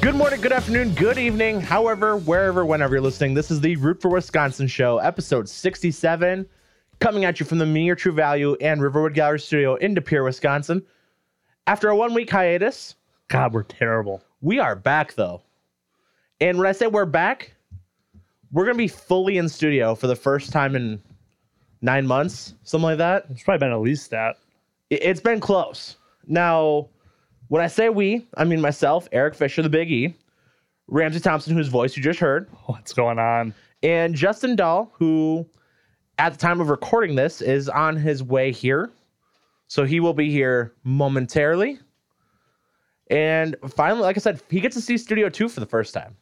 Good morning, good afternoon, good evening, however, wherever, whenever you're listening. This is the Root for Wisconsin show, episode 67, coming at you from the Mere True Value and Riverwood Gallery Studio in De Pere, Wisconsin. After a one week hiatus, God, we're terrible. we are back though. And when I say we're back, we're going to be fully in studio for the first time in nine months, something like that. It's probably been at least that. It- It's been close. Now, when I say we, I mean myself, Eric Fisher, the Big E, Ramsey Thompson, whose voice you just heard, What's going on? and Justin Dahl, who at the time of recording this is on his way here. So he will be here momentarily. And finally, like I said, he gets to see Studio 2 for the first time.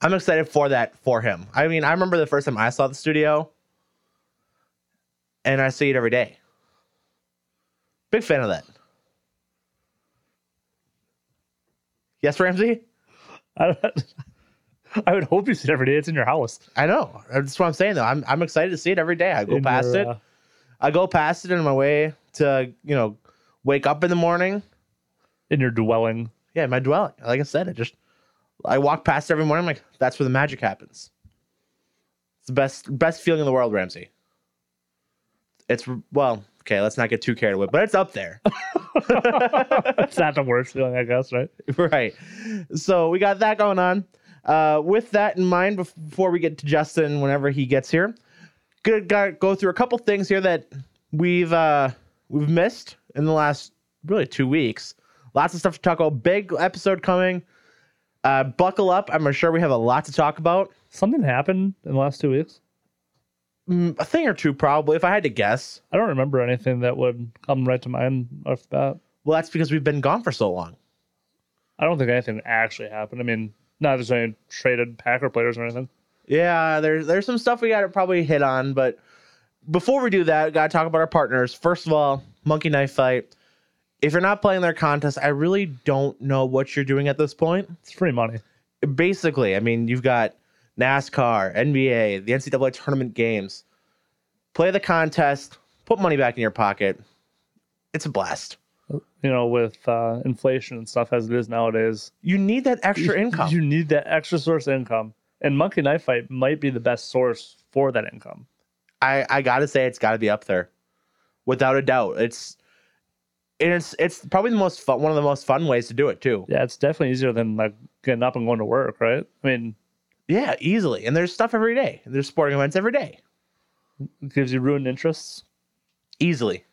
I'm excited for that for him. I mean, I remember the first time I saw the studio, and I see it every day. Big fan of that. Yes, Ramsey? I, I would hope you see it every day. It's in your house. I know. That's what I'm saying though. I'm I'm excited to see it every day. I go In past your, it. uh, I go past it on my way to you know wake up in the morning. in your dwelling. Yeah, my dwelling. Like I said, I just I walk past every morning. I'm like, that's where the magic happens. It's the best best feeling in the world, Ramsey. It's well, okay. Let's not get too carried away, but it's up there, it's not the worst feeling, I guess, right? right? So we got that going on. Uh, with that in mind, bef- before we get to Justin, whenever he gets here, good gotta go through a couple things here that we've uh we've missed in the last really two weeks lots of stuff to talk about big episode coming uh buckle up i'm sure we have a lot to talk about Something happened in the last two weeks. Mm, a thing or two probably if i had to guess I don't remember anything that would come right to mind off the bat. well that's because we've been gone for so long I don't think anything actually happened. I mean, not there's any traded Packer players or anything. yeah there's there's some stuff we gotta probably hit on but before we do that we gotta talk about our partners first of all monkey knife fight if you're not playing their contest i really don't know what you're doing at this point It's free money. basically, I mean, you've got NASCAR, NBA, the NCAA tournament games. Play the contest, put money back in your pocket. It's a blast. You know, with uh, inflation and stuff as it is nowadays, You need that extra you- income. You need that extra source of income. And Monkey Knife Fight might be the best source for that income. I, I gotta say, it's gotta be up there, without a doubt. It's and it's it's probably the most fun, one of the most fun ways to do it too. Yeah, it's definitely easier than like getting up and going to work, right? I mean, Yeah, easily. And there's stuff every day. There's sporting events every day. it gives you ruined interests. easily.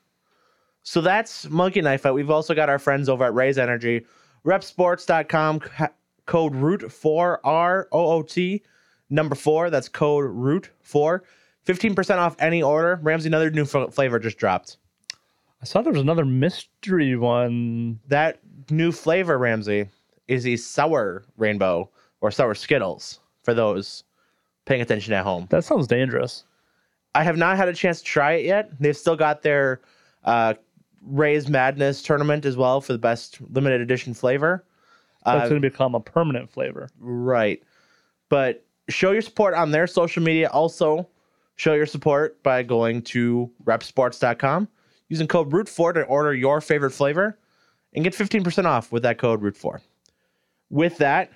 So that's Monkey Knife Fight. We've also got our friends over at Raise Energy, repsports.com, c- code root 4 R O O T, number 4. That's code root 4. 15% off any order. Ramsey, another new f- flavor just dropped. I saw there was another mystery one. That new flavor, Ramsey, is the sour rainbow or sour Skittles for those paying attention at home. That sounds dangerous. I have not had a chance to try it yet. They've still got their uh, Ray's Madness tournament as well for the best limited edition flavor. That's Uh, going to become a permanent flavor. right. But show your support on their social media. Also, show your support by going to repsports.com, using code ROOT4 to order your favorite flavor, and get 15% off with that code ROOT4. With that,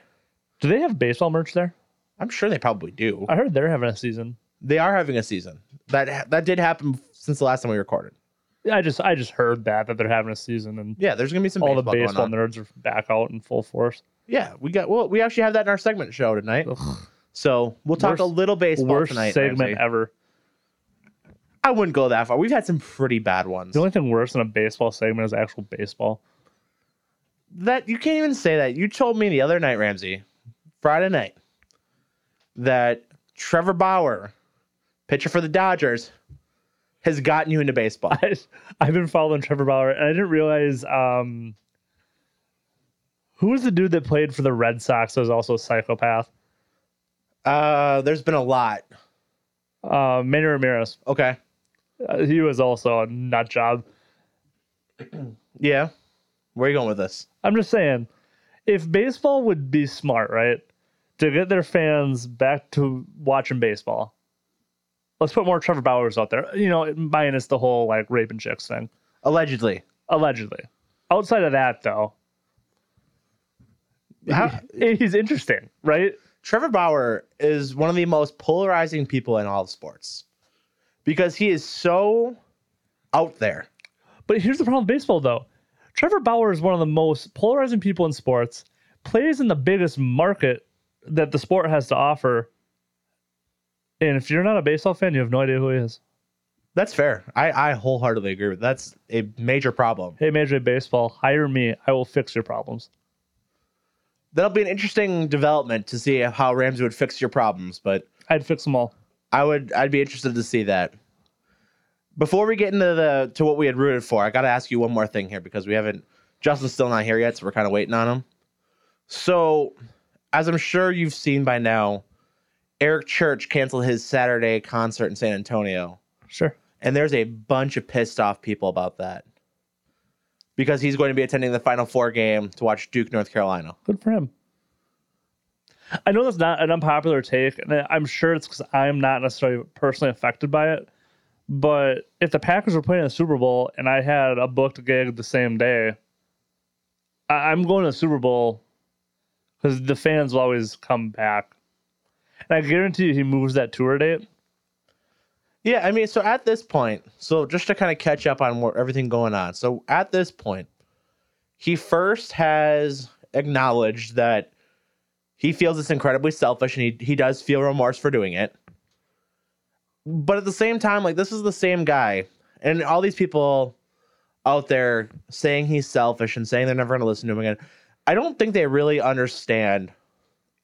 Do they have baseball merch there? I'm sure they probably do. I heard they're having a season. They are having a season. That that did happen since the last time we recorded. I just I just heard that that they're having a season and Yeah, there's gonna be some all the baseball going baseball on. nerds are back out in full force. Yeah, we got well. We actually have that in our segment show tonight, Ugh, so we'll talk Worst- a little baseball worst tonight. segment Ramsey. ever. I wouldn't go that far. We've had some pretty bad ones. The only thing worse than a baseball segment is actual baseball. That you can't even say that. You told me the other night, Ramsey, Friday night, that Trevor Bauer, pitcher for the Dodgers, has gotten you into baseball. I, I've been following Trevor Bauer, and I didn't realize um, who was the dude that played for the Red Sox that was also a psychopath. Uh, there's been a lot. Uh, Manny Ramirez. Okay. Uh, he was also a nut job. Yeah. Where are you going with this? I'm just saying, if baseball would be smart, right, to get their fans back to watching baseball, let's put more Trevor Bowers out there. You know, minus the whole like raping chicks thing, Allegedly. allegedly. Outside of that, though, How- he's interesting, right? Trevor Bauer is one of the most polarizing people in all of sports because he is so out there. But here's the problem with baseball, though. Trevor Bauer is one of the most polarizing people in sports, plays in the biggest market that the sport has to offer. And if you're not a baseball fan, you have no idea who he is. That's fair. I, I wholeheartedly agree with that's a major problem. Hey, Major League Baseball, hire me. I will fix your problems. That'll be an interesting development to see how Ramsey would fix your problems, but I'd fix them all. I would I'd be interested to see that. Before we get into the to what we had rooted for, I got to ask you one more thing here because we haven't Justin's still not here yet, so we're kind of waiting on him. So, as I'm sure you've seen by now, Eric Church canceled his Saturday concert in San Antonio, Sure. and there's a bunch of pissed off people about that. Because he's going to be attending the Final Four game to watch Duke North Carolina. Good for him. I know that's not an unpopular take, and I- I'm sure it's because I'm not necessarily personally affected by it. But if the Packers were playing in the Super Bowl and I had a booked gig the same day, I- I'm going to the Super Bowl because the fans will always come back. And I guarantee you, he moves that tour date. Yeah, I mean, so at this point, so just to kind of catch up on what, everything going on. So at this point, he first has acknowledged that he feels it's incredibly selfish and he, he does feel remorse for doing it. But at the same time, like, this is the same guy. And all these people out there saying he's selfish and saying they're never going to listen to him again, I don't think they really understand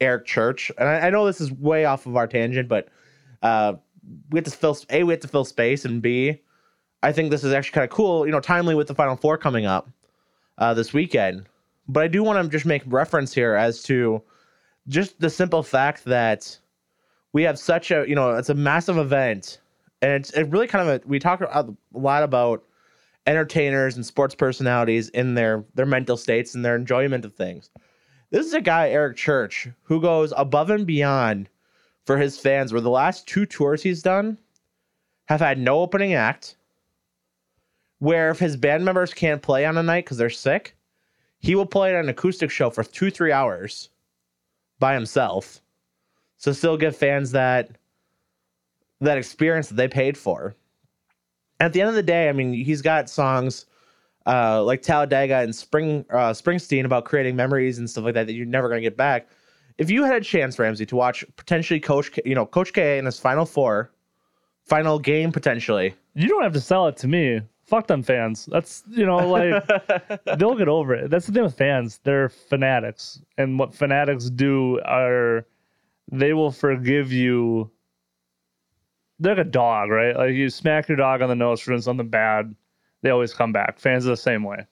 Eric Church. And I, I know this is way off of our tangent, but. Uh, we have to fill a we have to fill space and b i think this is actually kind of cool you know timely with the final four coming up uh, this weekend but i do want to just make reference here as to just the simple fact that we have such a you know it's a massive event and it's it really kind of a, we talk a lot about entertainers and sports personalities in their their mental states and their enjoyment of things this is a guy eric church who goes above and beyond for his fans where the last two tours he's done have had no opening act where if his band members can't play on a night because they're sick he will play at an acoustic show for two three hours by himself so still give fans that that experience that they paid for at the end of the day i mean he's got songs uh, like Talladega and Spring uh, Springsteen about creating memories and stuff like that that you're never gonna get back if you had a chance, Ramsey, to watch potentially Coach, K, you know, Coach K in his final four, final game potentially. You don't have to sell it to me. Fuck them fans. That's, you know, like. they'll get over it. That's the thing with fans. They're fanatics. And what fanatics do are they will forgive you. They're like a dog, right? Like you smack your dog on the nose for doing something bad, they always come back. Fans are the same way.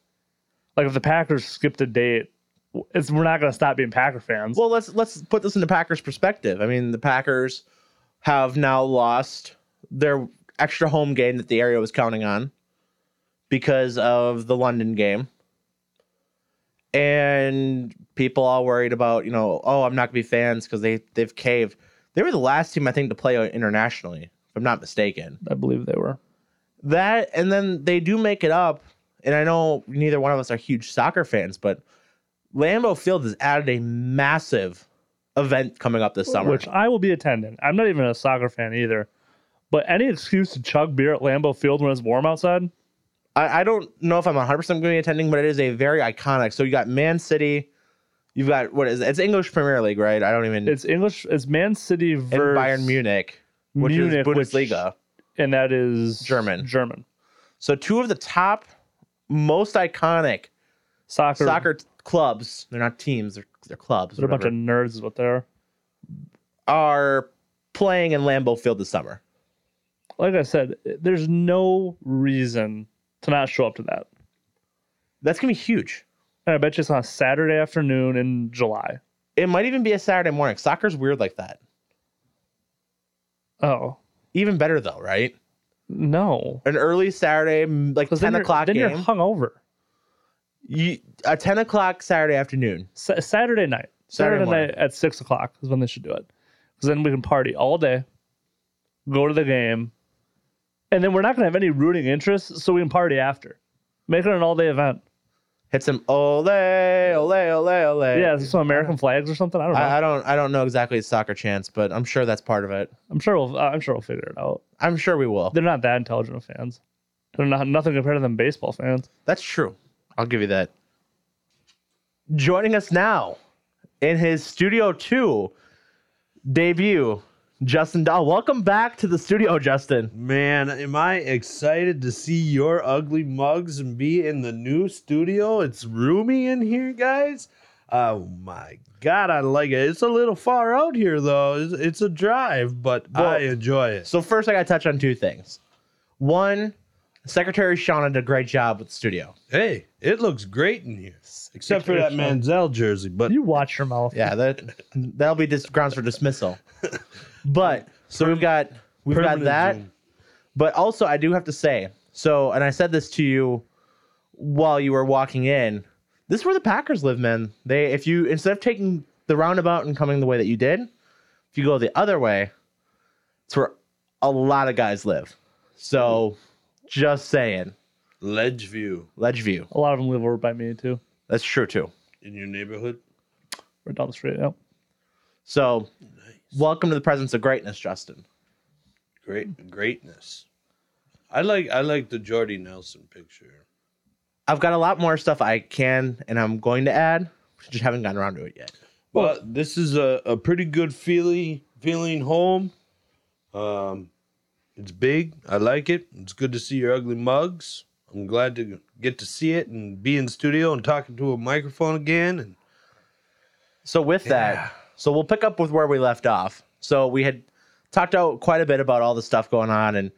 Like if the Packers skipped a date, it's we're not gonna stop being Packer fans. well, let's let's put this into Packers perspective. I mean, the Packers have now lost their extra home game that the area was counting on because of the London game. And people all worried about, you know, oh, I'm not gonna be fans because they they've caved. They were the last team I think to play internationally, if I'm not mistaken. I believe they were. that and then they do make it up and i know neither one of us are huge soccer fans but lambeau field has added a massive event coming up this summer Which I will be attending. I'm not even a soccer fan either. But any excuse to chug beer at Lambeau Field when it's warm outside? I, I don't know if i'm 100% going to be attending but it is a very iconic so you got man city you've got what is it? it's english premier league right i don't even It's English it's Man City and versus bayern munich which Munich, is which- bundesliga and that is German. German so two of the top most iconic soccer. soccer t- clubs they're not teams they're, they're clubs They're a bunch whatever. of nerds, is what they are. are playing in lambeau field this summer Like I said, there's no reason to not show up to that. That's gonna be huge. And I bet you it's on a Saturday afternoon in July. It might even be a Saturday morning. Soccer's weird like that. Oh Even better though, right? no, An early Saturday, m- like then ten you're- o'clock Then you're game. hungover. You, a ten o'clock Saturday afternoon. Sa- Saturday night. Saturday Saturday, morning. night at six o'clock is when they should do it. Because then we can party all day, go to the game, and then we're not going to have any rooting interests, so we can party after. Make it an all day event. hits him ole ole ole ole. Yeah, is this some American flags or something? I don't know. I, I don't I don't know exactly his soccer chants, but I'm sure that's part of it. I'm sure we'll. Uh, I'm sure we'll figure it out. I'm sure we will. They're not that intelligent of fans. They're not nothing compared to them baseball fans. That's true. I'll give you that. Joining us now in his Studio 2 debut, Justin Dahl. Welcome back to the studio, Justin. Man, am I excited to see your ugly mugs and be in the new studio? It's roomy in here, guys. Oh my god, I like it. It's a little far out here though. It's, it's a drive, but I enjoy it. So, first, I got to touch on two things. One, Secretary Shauna did a great job with the studio. Hey, it looks great in here, except for that Exceptional. Manziel jersey. But You watch your mouth. Yeah, that, that'll be dis- grounds for dismissal. But, so we've got. We've got permanent that. zoom. But also, I do have to say, so, and I said this to you while you were walking in. This is where the Packers live, man. They, if you instead of taking the roundabout and coming the way that you did, if you go the other way, it's where a lot of guys live. So, just saying, ledge view Ledgeview. A lot of them live over by me too. That's true too. in your neighborhood. We're down the street. Yep. So, welcome to the presence of greatness, Justin. Great greatness. I like I like the Jordy Nelson picture. I've got a lot more stuff I can and I'm going to add. Just haven't gotten around to it yet. Well, this is a, a pretty good feeling feeling home. Um, it's big. I like it. It's good to see your ugly mugs. I'm glad to get to see it and be in studio and talking to a microphone again. And So with Yeah. that, so we'll pick up with where we left off. So we had talked out quite a bit about all the stuff going on and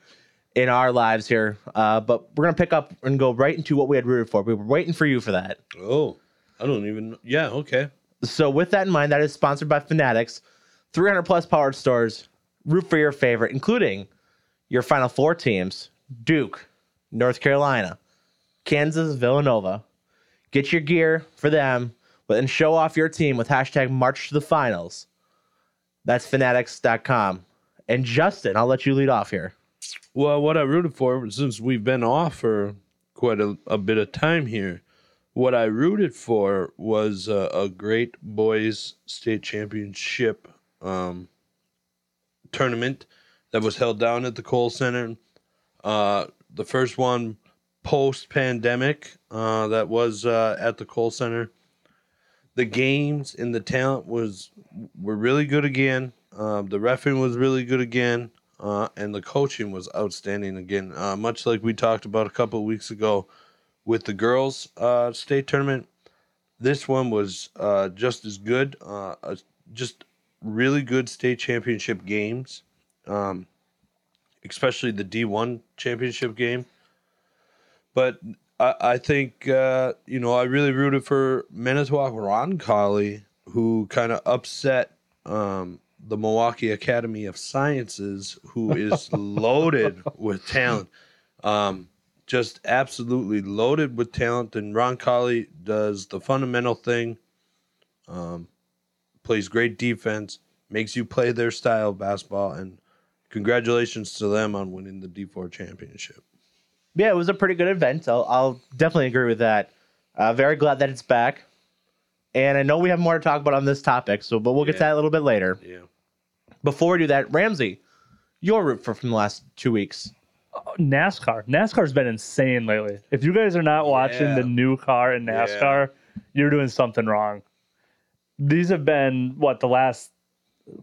in our lives here, uh, but we're gonna pick up and go right into what we had rooted for. We were waiting for you for that. oh, I don't even. know. Yeah, okay. So with that in mind, that is sponsored by Fanatics, 300 plus powered stores. Root for your favorite, including your Final Four teams: Duke, North Carolina, Kansas, Villanova. Get your gear for them, but then show off your team with hashtag March to the Finals. That's Fanatics.com. And Justin, I'll let you lead off here. Well, what I rooted for, since we've been off for quite a, a bit of time here, what I rooted for was uh, a great boys state championship um, tournament that was held down at the Cole Center. Uh, the first one post pandemic uh, that was uh, at the Cole Center. The games and the talent was were really good again. Um, the refing was really good again, uh, and the coaching was outstanding again. Uh, much like we talked about a couple of weeks ago with the girls' uh, state tournament, this one was uh, just as good. Uh, uh, just really good state championship games, um, especially the D one championship game. But I, I think uh, you know I really rooted for Manitowoc Ron Colley, who kind of upset um, the Milwaukee Academy of Sciences, who is loaded with talent. Um, just absolutely loaded with talent. And Ron Colley does the fundamental thing, um, plays great defense, makes you play their style of basketball. And congratulations to them on winning the D4 championship. Yeah, it was a pretty good event. I'll, I'll definitely agree with that. Uh, very glad that it's back. And I know we have more to talk about on this topic, so but we'll get to Yeah. that a little bit later. Yeah. Before we do that, Ramsey, your root for from the last two weeks. NASCAR. NASCAR's been insane lately. If you guys are not watching Yeah. the new car in NASCAR, you're doing something wrong. These have been what the last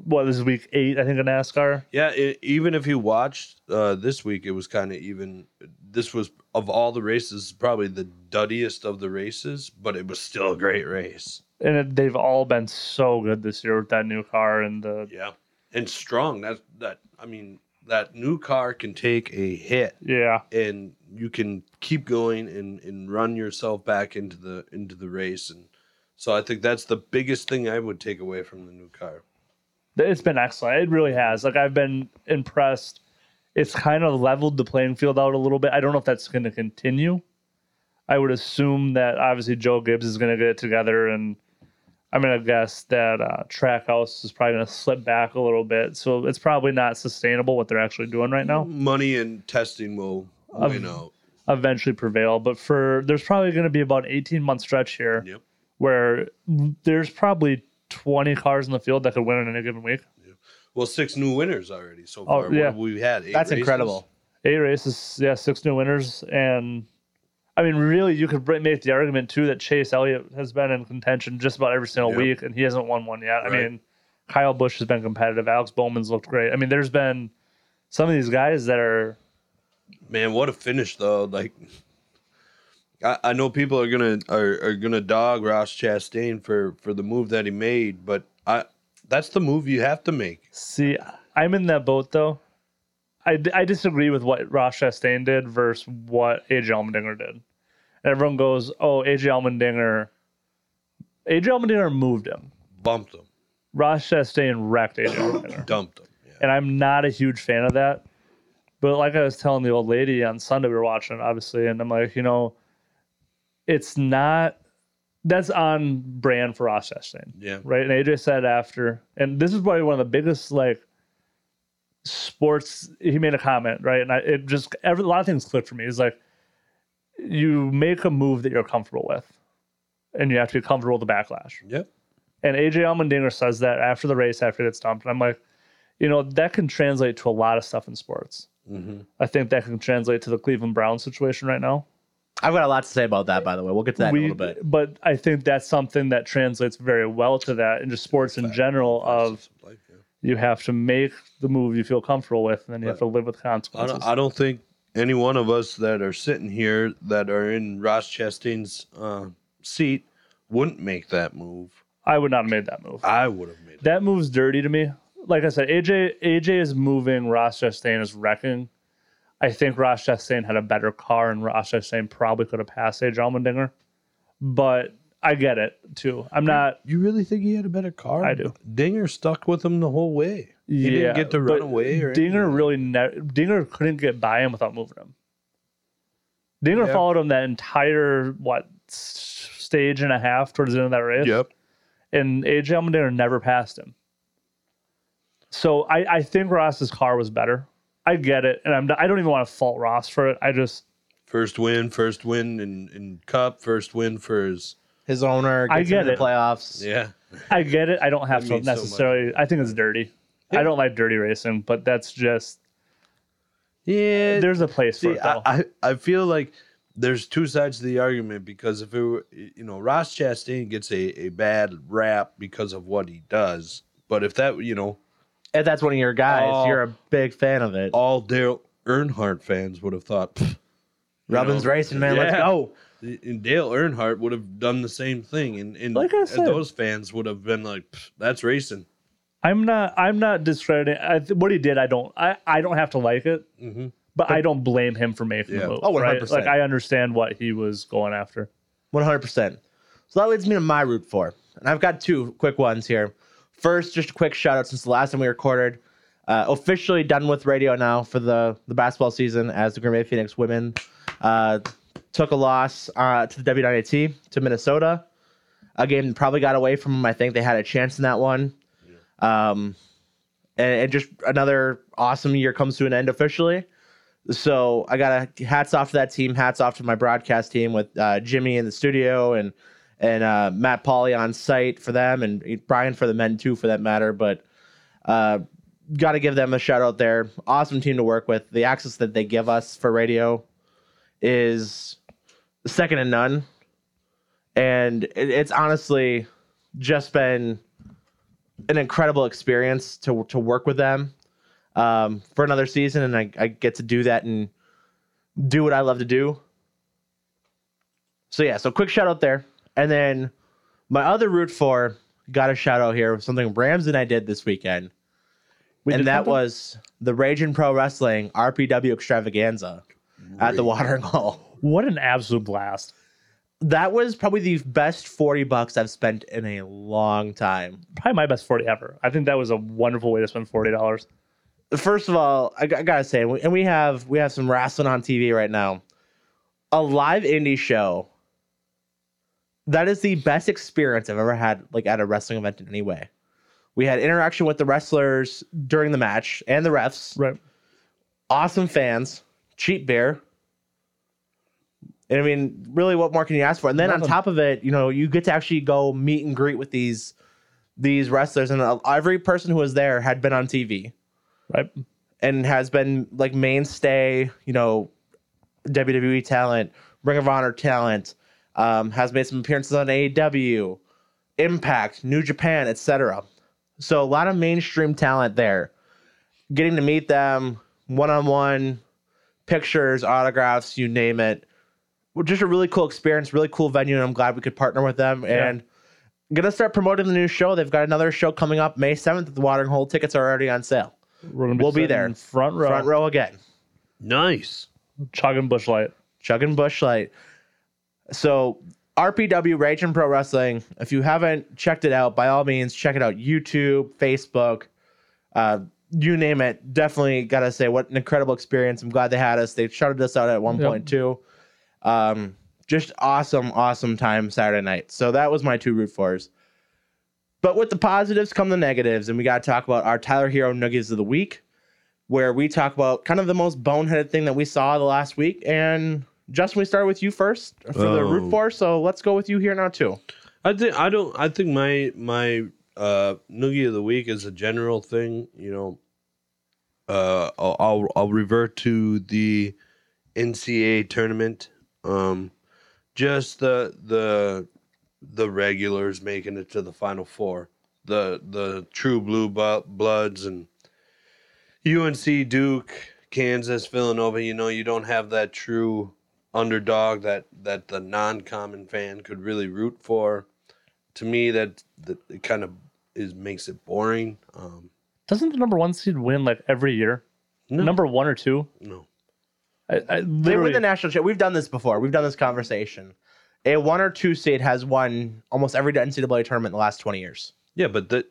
what this is week eight, I think, of NASCAR. Yeah, i even if you watched uh, this week, it was kind of even. This was of all the races, probably the duddiest of the races, but it was still a great race. And it, they've all been so good this year with that new car and the Yeah, and strong. That that I mean, that new car can take a hit, yeah. and you can keep going and and run yourself back into the into the race. And so I think that's the biggest thing I would take away from the new car. It's been excellent. It really has. Like I've been impressed. It's kind of leveled the playing field out a little bit. I don't know if that's going to continue. I would assume that obviously Joe Gibbs is going to get it together, and I'm going to guess that uh, Trackhouse is probably going to slip back a little bit. So it's probably not sustainable what they're actually doing right now. Money and testing will Um, win out. eventually prevail. But for there's probably going to be about an 18 month stretch here Yep. where there's probably 20 cars in the field that could win in a given week. Well, six new winners already so Oh, far. What yeah. have we had? Eight That's races? incredible. Eight races, yeah, six new winners, and I mean, really, you could br- make the argument too that Chase Elliott has been in contention just about every single Yep. week, and he hasn't won one yet. I Right. mean, Kyle Busch has been competitive. Alex Bowman's looked great. I mean, there's been some of these guys that are Man, what a finish though! Like, I, I know people are gonna are, are gonna dog Ross Chastain for for the move that he made, but I that's the move you have to make. See, I'm in that boat though. I, I disagree with what Ross Chastain did versus what AJ Allmendinger did. And everyone goes, "Oh, AJ Allmendinger." AJ Allmendinger moved him. Bumped them, Ross Chastain wrecked AJ Allmendinger, dumped them. Yeah. and I'm not a huge fan of that. But like I was telling the old lady on Sunday, we were watching it, obviously, and I'm like, you know, it's not. That's on brand for Ross Chastain Yeah. right? And AJ said after, and this is probably one of the biggest like sports. He made a comment, right? And I, it just every, a lot of things clicked for me. It's like you make a move that you're comfortable with, and you have to be comfortable with the backlash. Yep. And AJ Allmendinger says that after the race, after he gets dumped, and I'm like, you know, that can translate to a lot of stuff in sports. Mm-hmm. I think that can translate to the Cleveland Browns situation right now. I've got a lot to say about that, by the way. We'll get to that in a little bit. But I think that's something that translates very well to that and just sports in general of you have to make the move you feel comfortable with, and then you have to live with I consequences. don't, I don't think any one of us that are sitting here that are in Ross Chastain's uh, seat wouldn't make that move. I would not have made that move. I would have made it. that move's dirty to me. Like I said, AJ AJ is moving. Ross Chastain is wrecking. I think Ross Chastain had a better car, and Ross Chastain probably could have passed AJ Allmendinger. But I get it too. I'm not. You really think he had a better car? I do. Dinger stuck with him the whole way. yeah, He didn't get to but run away or Dinger anything. really ne- Dinger couldn't get by him without moving him. Dinger Yeah. followed him that entire what s- stage and a half towards the end of that race. Yep. and AJ Allmendinger never passed him. So I, I think Ross's car was better. I get it, and I'm I don't even want to fault Ross for it. I just First win, first win in, in cup, first win for his His owner I gets him get in the it. playoffs. yeah. I get it. I don't have That to means so much. necessarily. I think it's dirty. I don't like dirty racing, but that's just Yeah. there's a place for See, it though. I, I I feel like there's two sides to the argument because if it were, you know, Ross Chastain gets a, a bad rap because of what he does, but if that, you know, If that's one of your guys, Oh. you're a big fan of it. all Dale Earnhardt fans would have thought, "Pfft, you Robin's know, racing, man. Let's yeah. go. and Dale Earnhardt would have done the same thing, and and, Like I and said- those fans would have been like, "Pfft, that's racing. I'm not. I'm not discrediting I, th- what he did. I don't. I, I don't have to like it, Mm-hmm. but I don't blame him for making Yeah. the move. Oh, right? 100%. Like I understand what he was going after. 100%. So that leads me to my root four. And I've got two quick ones here. First, just a quick shout out since the last time we recorded. Uh, officially done with radio now for the, the basketball season as the Green Bay Phoenix women uh, took a loss uh, to the W9AT to Minnesota. A game that probably got away from them. I think they had a chance in that one. Um, and, and just another awesome year comes to an end officially. So I got to hats off to that team. Hats off to my broadcast team with uh, Jimmy in the studio and and uh, Matt Pauly on site for them and Brian for the men too for that matter. But uh, got to give them a shout out there. Awesome team to work with. The access that they give us for radio is second to none, and it, it's honestly just been an incredible experience to to work with them um, for another season, and I, I get to do that and do what I love to do. So yeah, so quick shout out there, and then my other root for got a shout out here. Something Rams and I did this weekend, We and did that something? was the Raging Pro Wrestling RPW Extravaganza at the Watering Hole. what an absolute blast. That was probably the best forty bucks I've spent in a long time. probably my best 40 ever. I think that was a wonderful way to spend $40. first of all, I, g- I gotta say, and we have we have some wrestling on TV right now. A live indie show. That is the best experience I've ever had, like at a wrestling event in any way. We had interaction with the wrestlers during the match and the refs. Right. Awesome fans, cheap beer, And I mean, really, what more can you ask for? And then on Nothing. top of it, you know, you get to actually go meet and greet with these these wrestlers, and uh, every person who was there had been on TV right? and has been like mainstay, you know, WWE talent, Ring of Honor talent, um, has made some appearances on AEW, Impact, New Japan, etc. So a lot of mainstream talent there. Getting to meet them one on one, pictures, autographs, you name it. Well, Just a really cool experience, really cool venue, and I'm glad we could partner with them. Yeah. And gonna start promoting the new show. They've got another show coming up May 7th at the Watering Hole. Tickets are already on sale. We're gonna We'll be sitting there. in front row, Front row again. Nice. chugging bushlight. chugging bushlight so rpw rage and pro wrestling if you haven't checked it out by all means check it out youtube facebook uh, you name it definitely gotta say what an incredible experience i'm glad they had us they shouted us out at one Yep. point too um, just awesome awesome time saturday night so that was my two root fours but with the positives come the negatives and we gotta talk about our tyler hero nuggets of the week where we talk about kind of the most boneheaded thing that we saw the last week. And Justin, we started with you first for the Oh. root for, so let's go with you here now too. I think I don't. I think my my uh, noogie of the week is a general thing. You know, uh, I'll, I'll I'll revert to the NCAA tournament. Um, just the the the regulars making it to the final four. The the true blue bu- bloods and UNC, Duke, Kansas, Villanova. You know, you don't have that true underdog that that the non-common fan could really root for. To me, that that it kind of is makes it boring. Um, Doesn't the number one seed win like every year? no, Number one or two? no, I, I They were literally, the national champ. We've done this before. We've done this conversation. A one or two seed has won almost every NCAA tournament in the last twenty years. yeah, but the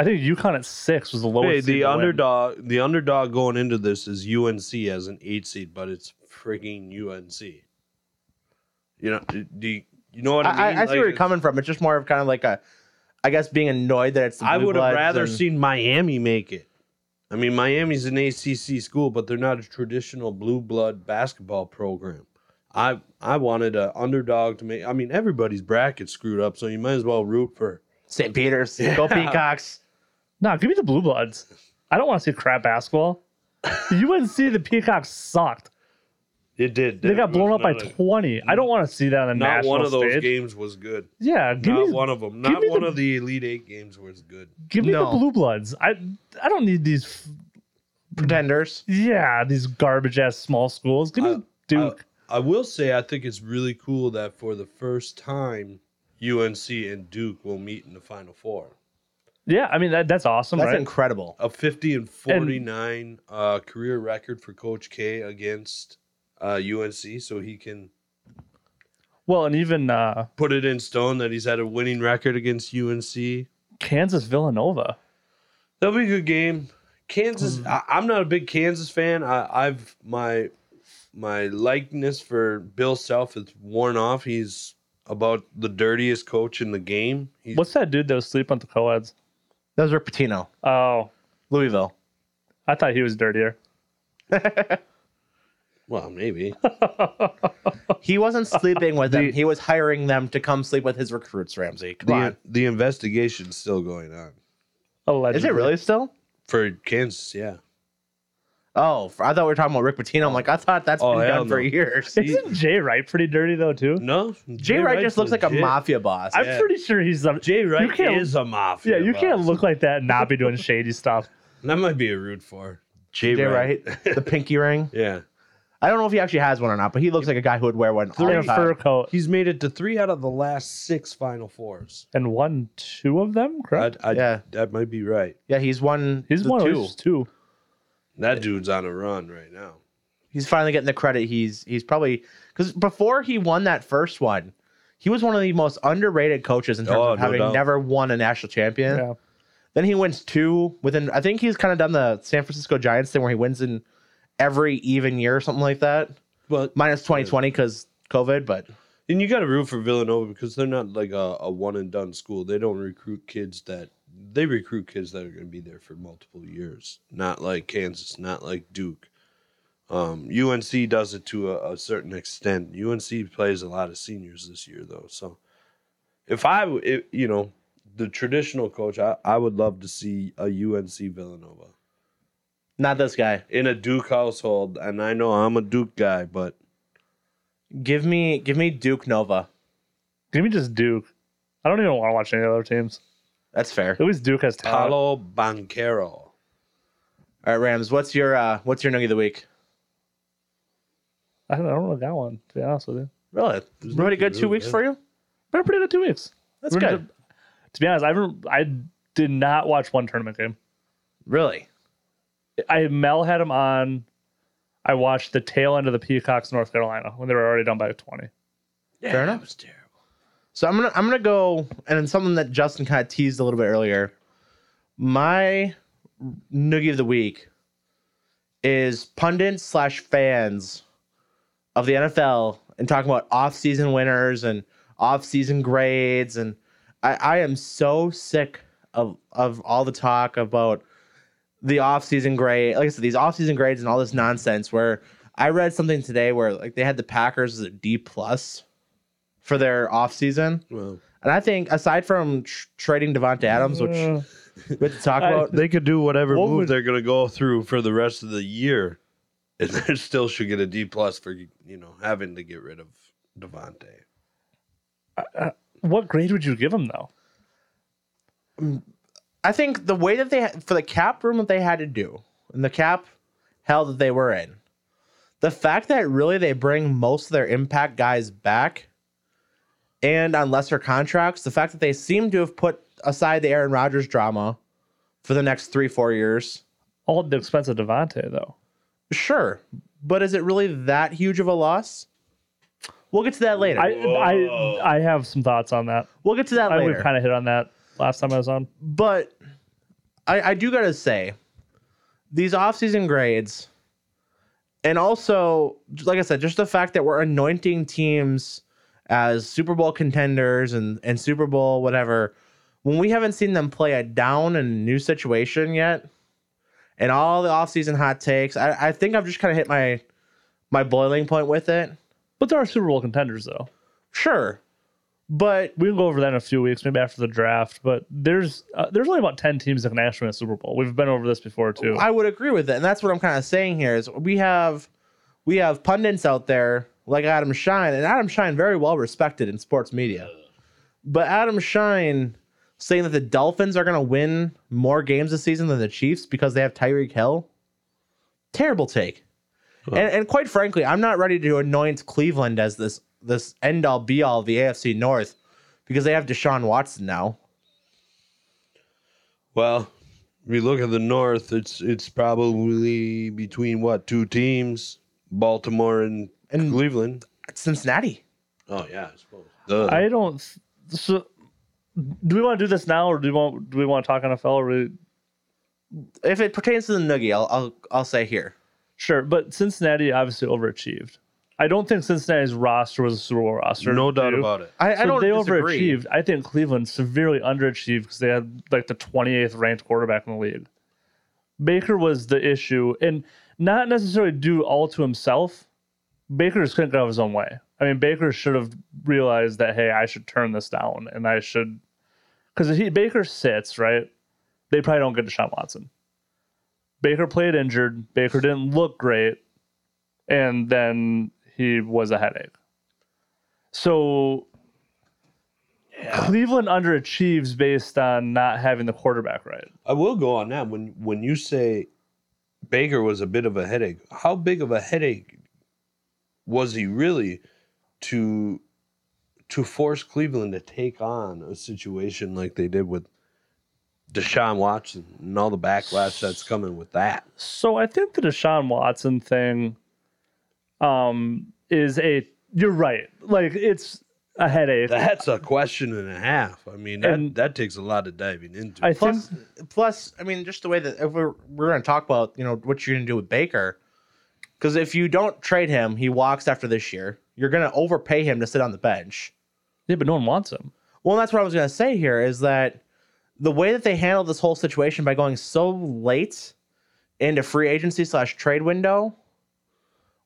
I think UConn at six was the lowest. hey, seed the to win. underdog, the underdog going into this is UNC as an eight seed, but it's freaking UNC. You know, do you, you know what I, I, I, mean? I see Like, where you're it's- coming from. It's just more of kind of like a, I guess, being annoyed that it's. The I Blue would have Bloods rather and- seen Miami make it. I mean, Miami's an ACC school, but they're not a traditional blue blood basketball program. I I wanted an underdog to make. I mean, everybody's bracket screwed up, so you might as well root for. St. Peter's. Go Peacocks. Nah, give me the Blue Bloods. I don't want to see crap basketball. The UNC, the Peacocks sucked. It did. They got blown up by Not 20. I don't want to see that on the not national one of those stage. games was good. Yeah, give Not me, one of them. give Not me one the- of the elite eight games was good. give me No. the Blue Bloods. I I don't need these. f- Pretenders. Yeah, these garbage ass small schools. Give me I- Duke. I will say I think it's really cool that for the first time, UNC and Duke will meet in the Final Four. yeah, I mean that, that's awesome, That's right? incredible. a 50 and 49 uh, career record for coach k against uh, unc so he can well, and even uh, put it in stone that he's had a winning record against unc Kansas Villanova. that'll be a good game Hmm. kansas I, i'm not a big kansas fan I, i've my my likeness for bill self is worn off he's about the dirtiest coach in the game He's What's that dude that was sleeping with the co-eds? Those were Patino, Oh, Louisville. I thought he was dirtier. well maybe He wasn't sleeping with them. He was hiring them to come sleep with his recruits, Ramsey. Come on. the, the investigation's still going on Is Allegedly. it really still? for kansas yeah Oh, I thought we were talking about Rick Pitino. I'm like, I thought that's Oh, been hell done for no. years. Isn't Jay Wright pretty dirty though too? no Jay Wright just looks like a mafia. mafia boss. I'm Yeah. pretty sure he's a, Jay Wright can't- is a mafia. Yeah, you can't boss. look like that and not be doing shady stuff. That might be a root for Jay, Jay Wright. Wright, the pinky ring. Yeah, I don't know if he actually has one or not, but he looks like a guy who would wear one. All In the a time. fur coat he's made it to three out of the last six Final Fours. and won two of them, I, correct? I, Yeah. that might be right. Yeah, he's won. He's Uh, the one of two. those two. That dude's on a run right now. He's finally getting the credit. He's he's probably because before he won that first one, he was one of the most underrated coaches in terms Oh, of no having doubt. never won a national champion. Yeah. Then he wins two within. I think he's kind of done the San Francisco Giants thing where he wins in every even year or something like that, But minus 2020 because COVID. But and you got to root for Villanova because they're not like a, a one and done school. They don't recruit kids that they recruit kids that are going to be there for multiple years. Not like Kansas, not like Duke. Um, UNC does it to a, a certain extent. UNC plays a lot of seniors this year, though. So if I, w- if, you know, the traditional coach, I, I would love to see a UNC Villanova Not this guy. in a Duke household. And I know I'm a Duke guy, but Give me give me Duke Nova. Give me just Duke. I don't even want to watch any other teams. That's fair. At least Duke has talent. Palo Banquero. All right, Rams. What's your uh, what's your noogie of the week? I don't I don't really got one, to be honest with you. Really, pretty good two really weeks good. for you. Been a pretty good two weeks. That's We're- good. To be honest, I haven't- I did not watch one tournament game. Really, I Mel had him on. I watched the tail end of the Peacocks, North Carolina, when they were already down by twenty. Yeah, Fair enough. That was terrible. So I'm gonna I'm gonna go and then something that Justin kind of teased a little bit earlier. My noogie of the week is pundits slash fans of the NFL and talking about off season winners and off season grades and I, I am so sick of of all the talk about the off season grade like I said, these off season grades and all this nonsense where I read something today where like they had the Packers as a D plus for their off season. Well, And I think aside from tr- trading Devonte Adams, which Uh, we have to talk I- about, they could do whatever What move would- they're going to go through for the rest of the year, and they still should get a D plus for you know having to get rid of Devontae. what grade would you give him though? I think the way that they had for the cap room that they had to do and the cap hell that they were in, the fact that really they bring most of their impact guys back and on lesser contracts, the fact that they seem to have put aside the Aaron Rodgers drama for the next three, four years. All at the expense of Devontae though. Sure. But is it really that huge of a loss? We'll get to that later. I Whoa. I I have some thoughts on that. we'll get to that I later. we kind of hit on that last time I was on. but I, I do gotta say these offseason grades and also like i said just the fact that we're anointing teams as super bowl contenders and, and super bowl whatever when we haven't seen them play a down and new situation yet and all the offseason hot takes i, I think i've just kind of hit my my boiling point with it But there are Super Bowl contenders though. sure but We can go over that in a few weeks, maybe after the draft. But there's uh, there's only about ten teams that can actually win a Super Bowl. We've been over this before too. I would agree with it, and that's what I'm kind of saying here is we have we have pundits out there like Adam Shine, and Adam Shine very well respected in sports media, but Adam Shine saying that the Dolphins are going to win more games this season than the Chiefs because they have Tyreek Hill. Terrible take. And, and quite frankly, I'm not ready to anoint Cleveland as this this end all be all of the AFC North because they have Deshaun Watson now. Well, we look at the North. It's it's probably between what two teams, Baltimore and, And- Cleveland. It's Cincinnati. Oh yeah, I suppose. Duh. I don't. th- So, do we want to do this now, or do we want do we want to talk NFL? Or we, If it pertains to the Noogie, I'll I'll, I'll say here. sure, but Cincinnati obviously overachieved. I don't think Cincinnati's roster was a Super Bowl roster. no doubt too. about it. I, So I don't they disagree. overachieved. I think Cleveland severely underachieved because they had like the 28th ranked quarterback in the league. Baker was the issue, and not necessarily due all to himself. Baker just couldn't get out of his own way. I mean, Baker should have realized that hey, I should turn this down, and I should because he Baker sits right. They probably don't get Deshaun Watson. Baker played injured. Baker didn't look great, and then he was a headache. So Cleveland underachieves based on not having the quarterback right. I will go on that when when you say Baker was a bit of a headache. How big of a headache was he really to to force Cleveland to take on a situation like they did with Deshaun Watson and all the backlash that's coming with that? So I think the Deshaun Watson thing um is a you're right. Like it's a headache. That's a question and a half. I mean, that, And- that takes a lot of diving into. I think Plus, plus, I mean, just the way that if we're we're going to talk about, you know, what you're going to do with Baker, because if you don't trade him, he walks after this year. You're going to overpay him to sit on the bench. yeah, but no one wants him. Well, that's what I was going to say here is that the way that they handled this whole situation by going so late into free agency slash trade window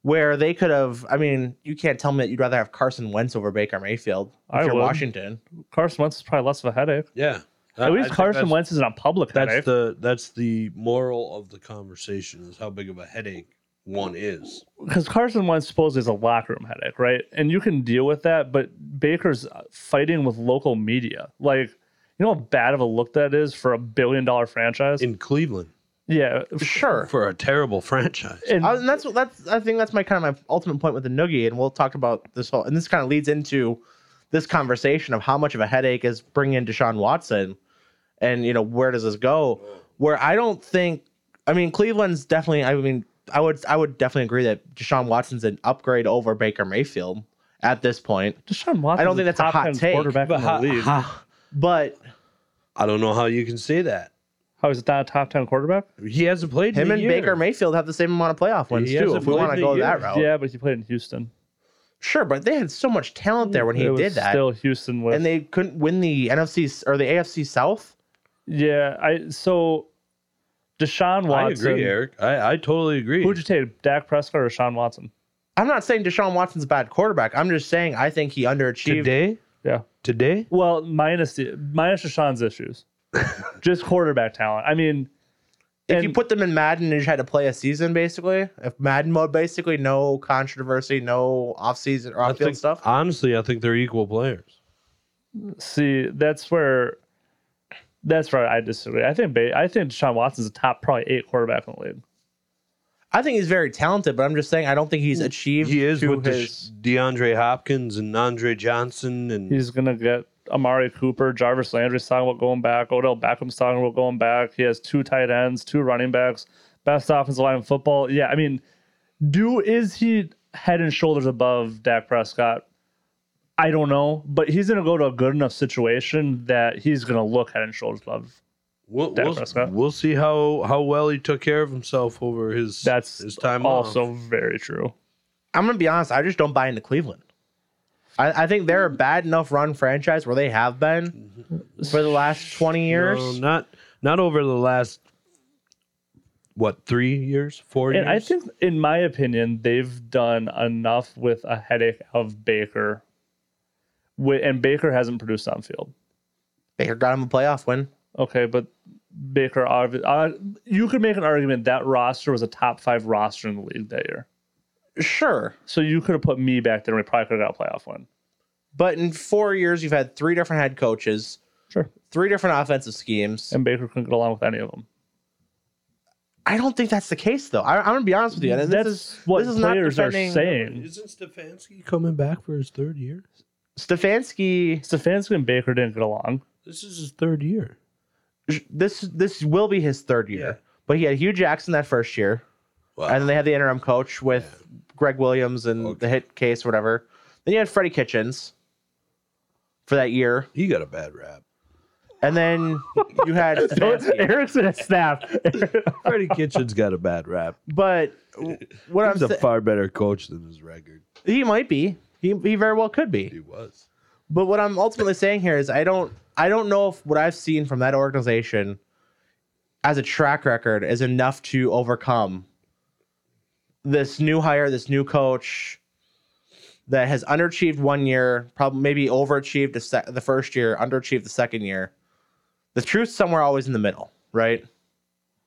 where they could have. I mean, you can't tell me that you'd rather have Carson Wentz over Baker Mayfield if I you're would. Washington. Carson Wentz is probably less of a headache. Yeah. I- At I least think Carson that's- Wentz isn't a public That's headache. the that's the moral of the conversation is how big of a headache one is. because Carson Wentz supposedly is a locker room headache, right? And you can deal with that, but Baker's fighting with local media. Like, you know how bad of a look that is for a billion dollar franchise? In Cleveland. yeah. Sure. For a terrible franchise. And Uh, and that's what that's I think that's my kind of my ultimate point with the noogie, and we'll talk about this whole and this kind of leads into this conversation of how much of a headache is bringing in Deshaun Watson, and you know where does this go? Where I don't think, I mean Cleveland's definitely. I mean I would I would definitely agree that Deshaun Watson's an upgrade over Baker Mayfield at this point, Deshaun Watson I don't think that's a hot take, quarterback in the league. How, but I don't know how you can say that. is it not a top 10 quarterback? He hasn't played in him a and year. Baker Mayfield have the same amount of playoff wins He too. hasn't If we played want in to a go year. that route, Yeah, but he played in Houston. sure, but they had so much talent there when he It was did that. Still Houston with. and they couldn't win the NFC s- or the AFC South. yeah, I so Deshaun I Watson. agree, Eric. I, I totally agree. Who'd you take, Dak Prescott or Deshaun Watson? I'm not saying Deshaun Watson's a bad quarterback. I'm just saying I think he underachieved. today? Yeah. Today? Well, minus the minus Deshaun's issues, just quarterback talent. I mean, If and- you put them in Madden and you had to play a season, basically, if Madden mode, basically, no controversy, no offseason or I off field think, stuff. Honestly, I think they're equal players. see, that's where that's where I disagree. I think Ba- I think Deshaun Watson's a top probably eight quarterback in the league. I think he's very talented, but I'm just saying I don't think he's achieved. He is to with the his. sh- DeAndre Hopkins and Andre Johnson and He's gonna get Amari Cooper, Jarvis Landry's talking about going back, Odell Beckham's talking about going back. He has two tight ends, two running backs, best offensive line in football. Yeah, I mean, do is he head and shoulders above Dak Prescott? I don't know, but he's gonna go to a good enough situation that he's gonna look head and shoulders above. we'll, Dak we'll, Prescott. we'll see how, how well he took care of himself over his That's his time off. also very true. I'm going to be honest. I just don't buy into Cleveland. I, I think they're a bad enough run franchise where they have been for the last 20 years. No, not not over the last what three years, four And I years. think, in my opinion, they've done enough with a headache of Baker, Wi- and Baker hasn't produced on field. Baker got him a playoff win. Okay, but Baker, obvi- uh, you could make an argument that roster was a top five roster in the league that year. Sure. So you could have put me back there, and we probably could have got a playoff one. But in four years, you've had three different head coaches, Sure. three different offensive schemes. And Baker couldn't get along with any of them. I don't think that's the case, though. I, I'm gonna be honest with you. and This That's is what this is not players are defending- saying. Isn't Stefanski coming back for his third year? Stefanski. Stefanski and Baker didn't get along. This is his third year. This this will be his third year, Yeah. but he had Hugh Jackson that first year, Wow. and then they had the interim coach with Greg Williams and the hit case, or whatever. Then you had Freddie Kitchens for that year, he got a bad rap. and then you had Stefanski. Eric's in a snap. Freddie Kitchens got a bad rap. But w- what I'm He's a sa- far better coach than his record. he might be. He, he very well could be. He was. But what I'm ultimately saying here is I don't I don't know if what I've seen from that organization as a track record is enough to overcome this new hire, this new coach that has underachieved one year, probably maybe overachieved the, se- the first year, underachieved the second year. The truth's somewhere always in the middle, right?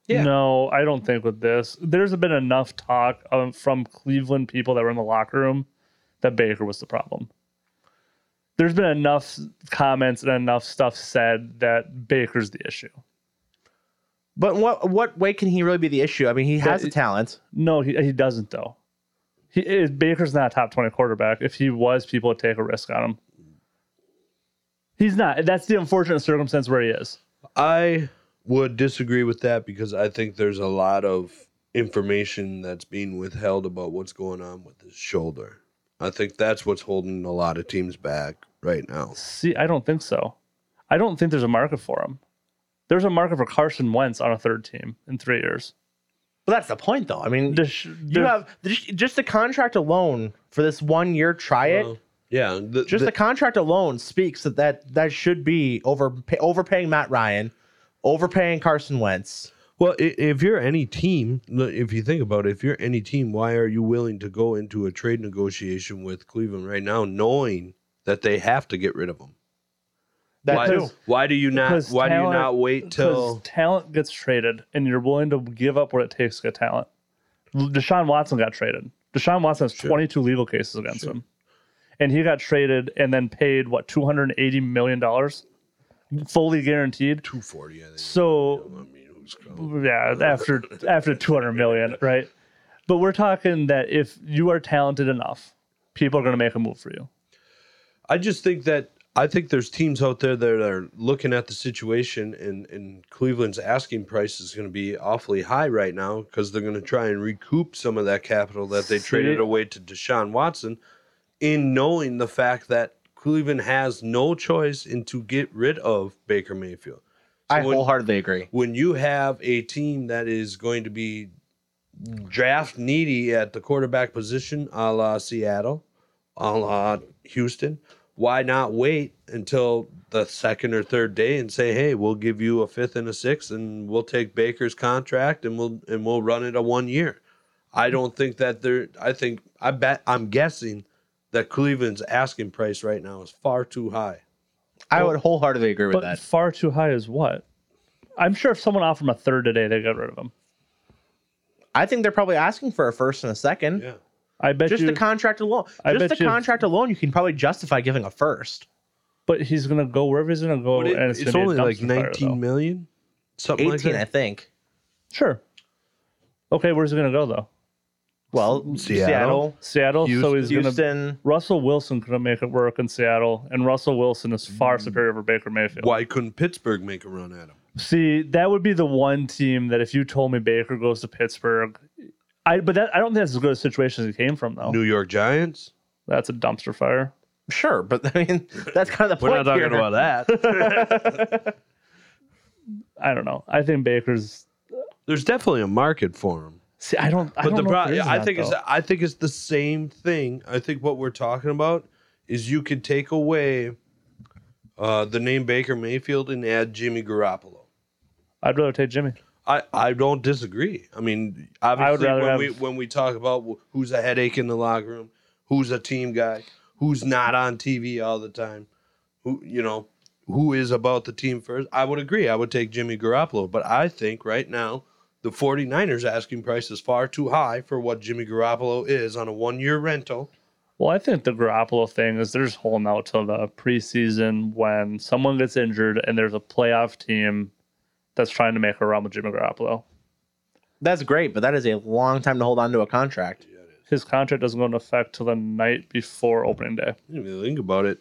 Yeah. No, I don't think with this. There's been enough talk um, from Cleveland people that were in the locker room that Baker was the problem. There's been enough comments and enough stuff said that Baker's the issue. But what what way can he really be the issue? I mean, he has the talent. No, he, he doesn't though. He is Baker's not a top twenty quarterback. If he was, people would take a risk on him. He's not. That's the unfortunate circumstance where he is. I would disagree with that because I think there's a lot of information that's being withheld about what's going on with his shoulder. I think that's what's holding a lot of teams back right now. See, I don't think so. I don't think there's a market for him. There's a market for Carson Wentz on a third team in three years. But that's the point, though. I mean, There's- you there's- have just, just the contract alone for this one year. Try it. Well, yeah, the, Just the, the- contract alone speaks that that, that should be over overpaying Matt Ryan, overpaying Carson Wentz. Well, i- if you're any team, l- if you think about it, if you're any team, why are you willing to go into a trade negotiation with Cleveland right now, knowing that they have to get rid of him? That why, too. why do you not? Because Why do you talent- not wait Because till? talent gets traded, and you're willing to give up what it takes to get talent. Deshaun Watson got traded. Deshaun Watson has 22 legal cases against him, and he got traded and then paid what 280 million dollars, fully guaranteed. 240, I think. So I mean, it was close. yeah, after after 200 million, right? But we're talking that if you are talented enough, people are going to make a move for you. I just think that I think there's teams out there that are looking at the situation, and, and Cleveland's asking price is going to be awfully high right now because they're going to try and recoup some of that capital that they See? traded away to Deshaun Watson, in knowing the fact that Cleveland has no choice in to get rid of Baker Mayfield. I when- wholeheartedly agree. When you have a team that is going to be draft needy at the quarterback position, a la Seattle, a la Houston, why not wait until the second or third day and say, "Hey, we'll give you a fifth and a sixth, and we'll take Baker's contract, and we'll and we'll run it a one year." I don't think that they're. I think I bet I'm guessing that Cleveland's asking price right now is far too high. I would wholeheartedly agree with But that. far too high is what? I'm sure if someone offered him a third today, they got rid of him. I think they're probably asking for a first and a second. Yeah. I bet Just you. the contract alone. I Just bet the you- contract alone, you can probably justify giving a first. but he's gonna go wherever he's gonna go, But it- and it's, it's, gonna only be a like dumpster fire, though. nineteen million, something like 18, that. I think. Sure. Okay, where's he gonna go though? Well, Seattle, Seattle. Seattle. so he's gonna. Houston. Russell Wilson could make it work in Seattle, and Russell Wilson is Mm. far superior over Baker Mayfield. Why couldn't Pittsburgh make a run at him? See, that would be the one team that if you told me Baker goes to Pittsburgh, I but that I don't think that's as good a situation as he came from though. New York Giants. That's a dumpster fire. Sure, but I mean that's kind of the point. here. that. I don't know. I think Baker's. There's definitely a market for him. See, I don't. I But don't the know if pro- there is or I not, think it's though. I think it's the same thing. I think what we're talking about is you could take away uh, the name Baker Mayfield and add Jimmy Garoppolo. I'd rather take Jimmy. I, I don't disagree. I mean, obviously, rather when have- we when we talk about wh- who's a headache in the locker room, who's a team guy, who's not on TV all the time, who you know, who is about the team first, I would agree. I would take Jimmy Garoppolo, but I think right now the 49ers asking price is far too high for what Jimmy Garoppolo is on a one year rental. Well, I think the Garoppolo thing is there's holding out till the preseason when someone gets injured and there's a playoff team that's trying to make a run with Jimmy Garoppolo. That's great, but that is a long time to hold on to a contract. His contract doesn't go into effect till the night before opening day. You know, think about it.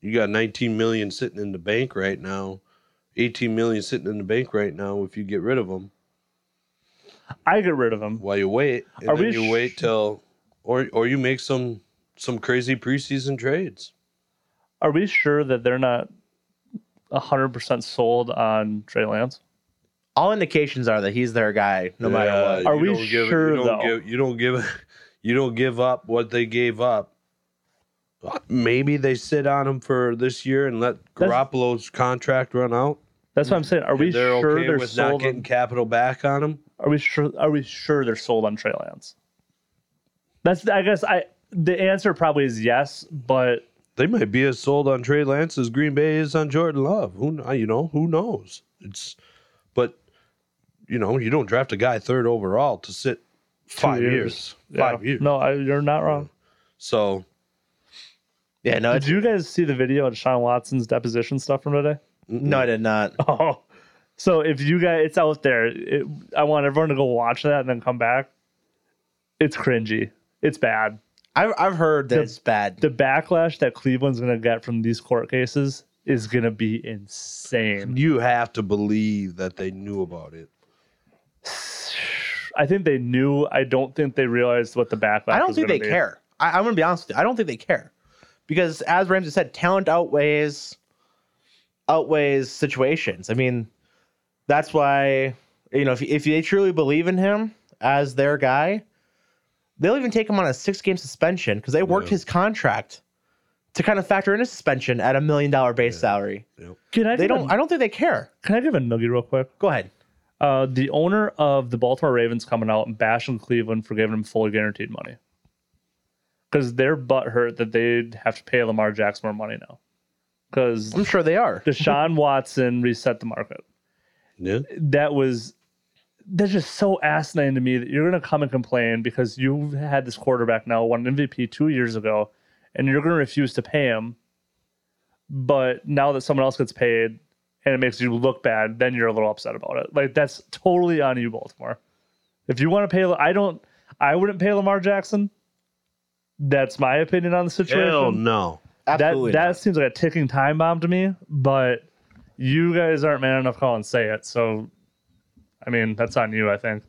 You got 19 million sitting in the bank right now, 18 million sitting in the bank right now. If you get rid of them. I get rid of him. while you wait, and Are then we you sh- wait till, or or you make some some crazy preseason trades. Are we sure that they're not 100% sold on Trey Lance? All indications are that he's their guy, no matter what. Are Uh, you we don't give, sure, you don't though? Give, you don't give, you don't give up what they gave up. Uh, Maybe they sit on him for this year and let That's- Garoppolo's contract run out. That's what I'm saying. Are we they're sure okay they're with not sold getting on, capital back on him. Are we sure are we sure they're sold on Trey Lance? That's I guess I the answer probably is yes, but They might be as sold on Trey Lance as Green Bay is on Jordan Love. Who kn- you know? Who knows? It's, but, you know, you don't draft a guy third overall to sit five years. years. yeah. Five years. No, I, you're not wrong. So Yeah, no, Did it's, you guys see the video of Sean Watson's deposition stuff from today? no, I did not. Oh, so if you guys, it's out there. It, I want everyone to go watch that and then come back. It's cringy. It's bad. I've I've heard that it's bad. The backlash that Cleveland's gonna get from these court cases is gonna be insane. you have to believe that they knew about it. I think they knew. I don't think they realized what the backlash. I don't was think they gonna be. care. I, I'm gonna be honest with you. I don't think they care because, as Ramsey said, talent outweighs outweighs situations. I mean, that's why you know if if they truly believe in him as their guy, they'll even take him on a six game suspension because they worked Yeah. his contract to kind of factor in a suspension at a million dollar base salary. Can I? They give a- don't. I don't think they care. can I give a noogie real quick? Go ahead. Uh, the owner of the Baltimore Ravens coming out and bashing Cleveland for giving him fully guaranteed money because they're butthurt that they have to pay Lamar Jackson more money now because I'm sure they are. Deshaun Watson reset the market. Yeah. That was that's just so asinine to me that you're going to come and complain because you had this quarterback now won an MVP two years ago, and you're going to refuse to pay him. But now that someone else gets paid and it makes you look bad, then you're a little upset about it. Like that's totally on you, Baltimore. If you want to pay, I don't. I wouldn't pay Lamar Jackson. That's my opinion on the situation Hell no. that Absolutely. that seems like a ticking time bomb to me. But you guys aren't man enough to call and say it. So, I mean, that's on you. I think.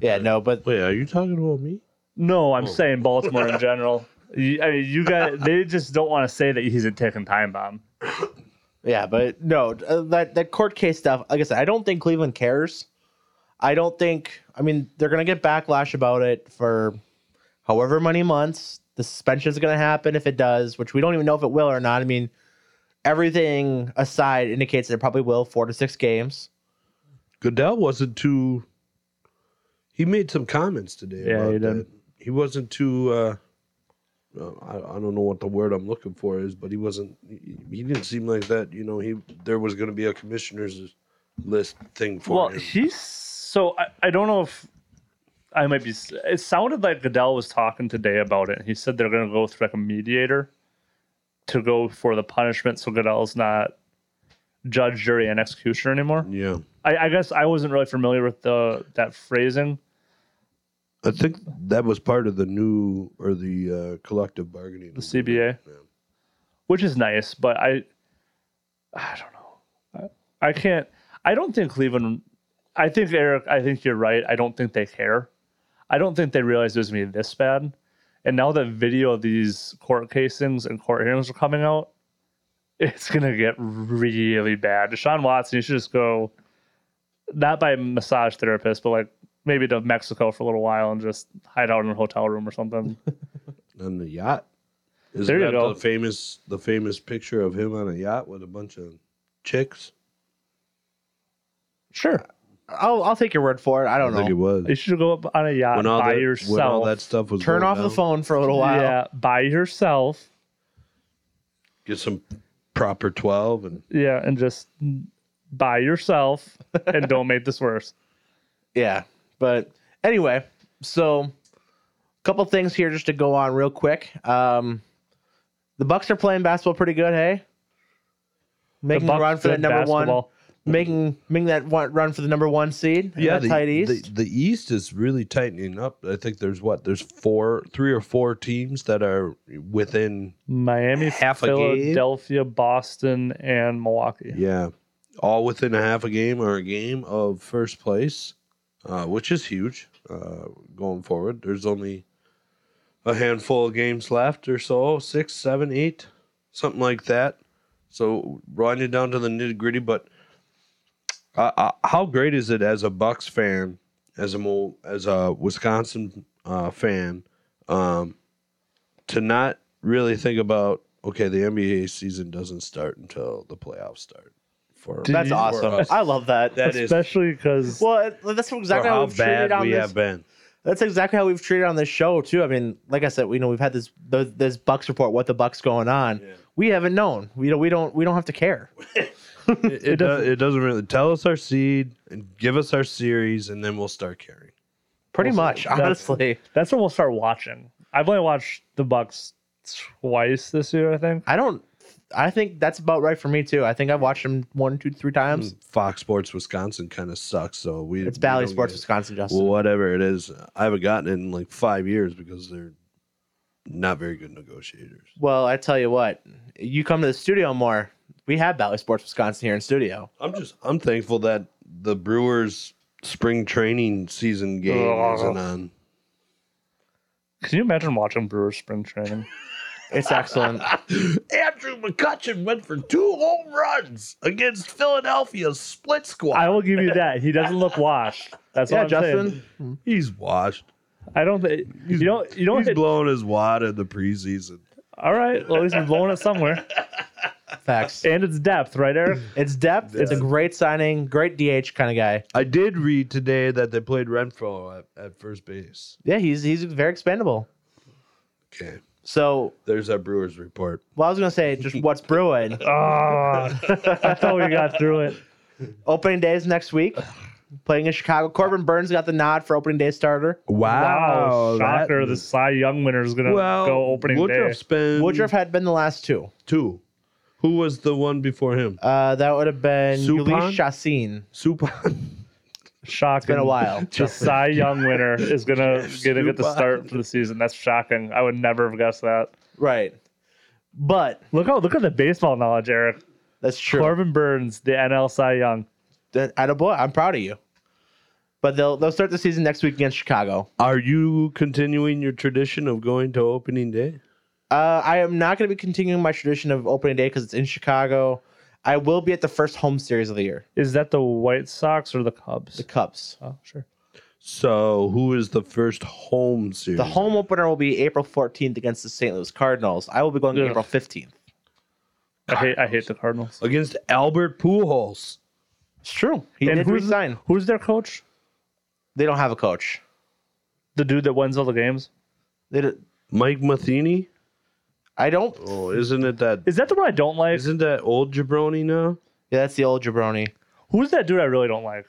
yeah, no, but Wait, are you talking about me? No, I'm saying Baltimore in general. You, I mean, you guys, they just don't want to say that he's a ticking time bomb. Yeah, but no, uh, that that court case stuff. Like I said, I don't think Cleveland cares. I don't think. I mean, they're gonna get backlash about it for however many months. The suspension is gonna happen if it does, which we don't even know if it will or not. I mean, everything aside indicates that it probably will. Four to six games. Goodell wasn't too. He made some comments today. Yeah, about he did. that. He wasn't too. Uh, uh, I, I don't know what the word I'm looking for is, but he wasn't. He, he didn't seem like that. You know, he there was going to be a commissioners list thing for Well, him. he's so I, I don't know if I might be. It sounded like Goodell was talking today about it. He said they're going to go through like a mediator to go for the punishment, so Goodell's not judge, jury, and executioner anymore. yeah, I, I guess I wasn't really familiar with the that phrasing. I think that was part of the new or the uh, collective bargaining. The CBA. Yeah. which is nice, but I, I don't know. I, I can't. I don't think Cleveland. I think Eric. I think you're right. I don't think they care. I don't think they realized it was going to be this bad. And now that video of these court casings and court hearings are coming out, it's going to get really bad. Deshaun Watson, you should just go, not by massage therapist, but like maybe to Mexico for a little while and just hide out in a hotel room or something. on the yacht. Is There you that go. the famous the famous picture of him on a yacht with a bunch of chicks? sure. I'll I'll take your word for it. I don't think it know. was. You should go up on a yacht by that, yourself. when all that stuff was Turn going off the down, phone for a little while. Yeah, by yourself. Get some proper twelve and Yeah, and just by yourself and don't make this worse. Yeah. But anyway, so a couple things here just to go on real quick. Um, the Bucks are playing basketball pretty good, hey? The Making the Bucks run for the did number basketball. one, making making that one, run for the number one seed. in the, tight east. The, the East is really tightening up. I think there's what there's four, three or four teams that are within. Miami, Half a game? Philadelphia, Boston, and Milwaukee. Yeah, all within a half a game or a game of first place, uh, which is huge uh, going forward. There's only a handful of games left or so, six, seven, eight, something like that. So running it down to the nitty gritty, but uh, uh, how great is it as a Bucks fan, as a Mo- as a Wisconsin uh, fan, um, to not really think about okay, the NBA season doesn't start until the playoffs start. For Did That's you- awesome. us. I love that. That is Especially because well, that's exactly for how how we've treated bad on we this. have been. That's exactly how we've treated on this show too. I mean, like I said, we know we've had this the, this Bucks report. What the Bucks going on? We haven't known. We don't. We don't. We don't have to care. It, it, does, it doesn't really tell us our seed and give us our series, and then we'll start caring. Pretty Also, much, that's- honestly. that's when we'll start watching. I've only watched the Bucks twice this year, I think. I don't. I think that's about right for me too. I think I've watched him one, two, three times. Mm. Fox Sports Wisconsin kind of sucks, so we It's we Valley don't Sports, get- Wisconsin, Justin. Well, whatever it is, I haven't gotten it in like five years because they're not very good negotiators. Well, I tell you what, you come to the studio more. We have Valley Sports, Wisconsin here in studio. I'm just I'm thankful that the Brewers spring training season game Ugh. isn't on. Can you imagine watching Brewers spring training? It's excellent. Andrew McCutcheon went for two home runs against Philadelphia's split squad. I will give you that. He doesn't look washed. That's yeah, what I'm saying. Justin. he's washed. I don't think you don't you don't He's blowing his wad in the preseason. All right. Well, at least we're blowing it somewhere. Facts. and its depth, right, Eric? It's depth. It's a great signing. Great DH kind of guy. I did read today that they played Renfro at, at first base. Yeah, he's he's very expendable. Okay. So, There's our Brewers report. well, I was gonna say just what's brewing. oh, I thought we got through it. Opening day is next week. Playing in Chicago. Corbin Burns got the nod for opening day starter. Wow, that- shocker! the Cy Young winner is gonna well, go opening Woodruff day. spent Woodruff had been the last two. two. Who was the one before him? Uh, that would have been Suppan? Yulish Chassin. Supan. Shocking. It's been a while. The Cy Young winner is gonna gonna get the Stupid. start for the season. That's shocking. I would never have guessed that. right. But Look how look at the baseball knowledge, Eric. that's true. Corbin Burns, the NL Cy Young. That attaboy. I'm proud of you. But they'll they'll start the season next week against Chicago. Are you continuing your tradition of going to opening day? Uh, I am not going to be continuing my tradition of opening day because it's in Chicago. I will be at the first home series of the year, Is that the White Sox or the Cubs? the Cubs. oh, sure. So who is the first home series? The home opener will be April 14th against the St. Louis Cardinals. I will be going Ugh. April 15th. I hate I hate the Cardinals. against Albert Pujols. It's true. He And did who's- resign. Who's their coach? They don't have a coach. The dude that wins all the games. They don't, Mike Matheny. I don't. Oh, isn't it that? Is that the one I don't like? Isn't that old jabroni now? Yeah, that's the old jabroni. Who's that dude I really don't like?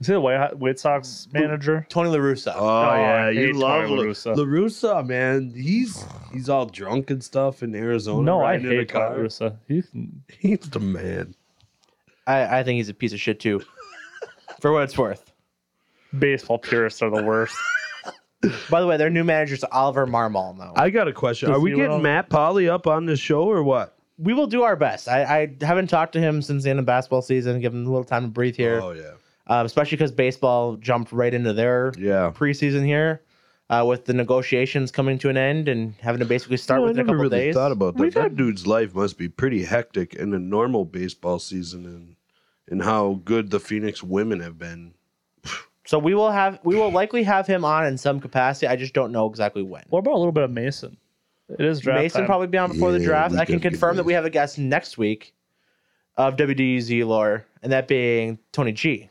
Is he the White, White Sox manager? Tony La Russa. Oh, yeah, I you hate love Tony La La Russa. Russa. man. He's he's all drunk and stuff in Arizona. No, I riding in a hate car. Carusa. You can He's the man. I, I think he's a piece of shit too. for what it's worth. baseball purists are the worst. By the way, their new manager is Oliver Marmol now. I got a question. Does Are we he getting wanna- Matt Polly up on the show or what? we will do our best. I, I haven't talked to him since the end of basketball season. Give him a little time to breathe here, Oh yeah, um, especially because baseball jumped right into their yeah. preseason here uh, with the negotiations coming to an end and having to basically start No, I within a never couple really days. thought about that. We've that had- dude's life must be pretty hectic in a normal baseball season, and and how good the Phoenix women have been. so we will have we will likely have him on in some capacity. I just don't know exactly when. What about a little bit of Mason? It is draft Mason time. probably be on before the Yeah, draft. we I can could be confirm that we have a guest next week of WDZ lore, and that being Tony G.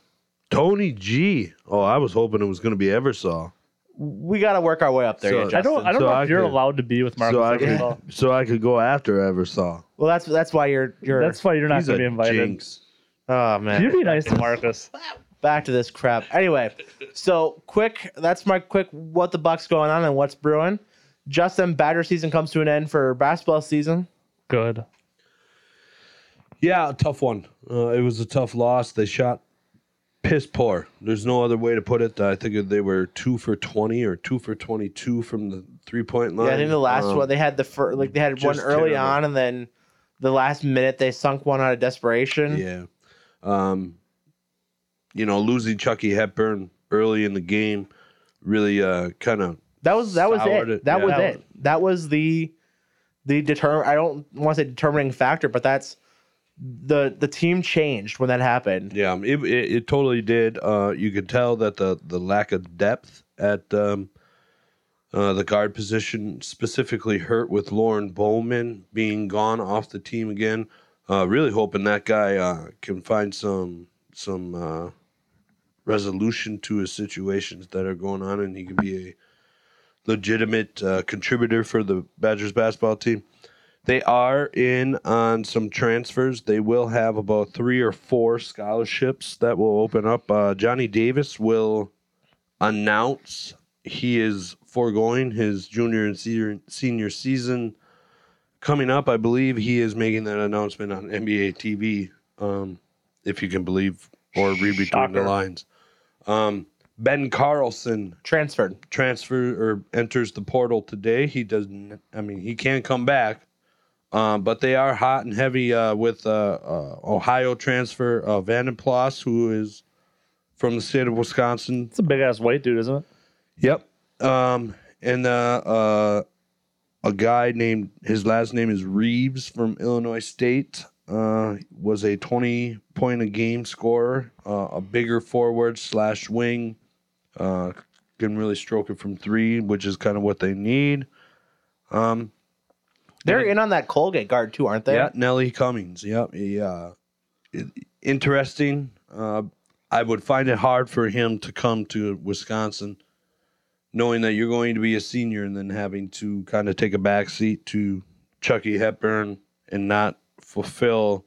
Tony G. Oh, I was hoping it was going to be Eversaw. We got to work our way up there. So- yeah, I I Justin. don't. I don't So know I if you're could- allowed to be with Marcus so I Eversol. could, so I could go after Eversaw. well, that's that's why you're you're. That's why you're not He's going a to be invited. jinx. oh man. You'd be nice to Marcus. back to this crap. Anyway, so quick, that's my quick what the buck's going on and what's brewing. Justin, batter season comes to an end for basketball season. Good. Yeah, a tough one. Uh, it was a tough loss. They shot piss poor. There's no other way to put it. I think they were two for twenty or two for twenty-two from the three-point line. Yeah, I think the last Um, one they had the first, like they had one just early terrible. on, and then the last minute they sunk one out of desperation. Yeah. Um, you know, losing Chucky Hepburn early in the game really uh, kind of That was that was Soured it. it, That yeah. was it. That was the the deter. I don't want to say determining factor, but that's the the team changed when that happened. yeah, um, it, it, it totally did. Uh, you could tell that the the lack of depth at um, uh, the guard position specifically hurt with Lauren Bowman being gone off the team again. Uh, really hoping that guy uh, can find some some uh, resolution to his situations that are going on, and he can be a legitimate uh, contributor for the Badgers basketball team. They are in on some transfers. They will have about three or four scholarships that will open up. Uh, Johnny Davis will announce he is foregoing his junior and senior, senior season coming up. I believe he is making that announcement on NBA TV, um, if you can believe or read between Shocker. the lines. Um, ben Carlson Transferred. transfer or enters the portal today. He doesn't. I mean, he can come back, um, but they are hot and heavy uh, with uh, uh, Ohio transfer uh, Vanden Plas, who is from the state of Wisconsin. It's a big ass white dude, isn't it? Yep. Um, and uh, uh, a guy named his last name is Reeves from Illinois State. Uh, was a twenty point a game scorer, uh, a bigger forward slash wing. Uh, can really stroke it from three, which is kind of what they need. Um, They're in on that Colgate guard too, aren't they? Yeah, Nellie Cummings. Yep. He, uh, i- interesting. Uh, I would find it hard for him to come to Wisconsin, knowing that you're going to be a senior and then having to kind of take a backseat to Chucky Hepburn and not fulfill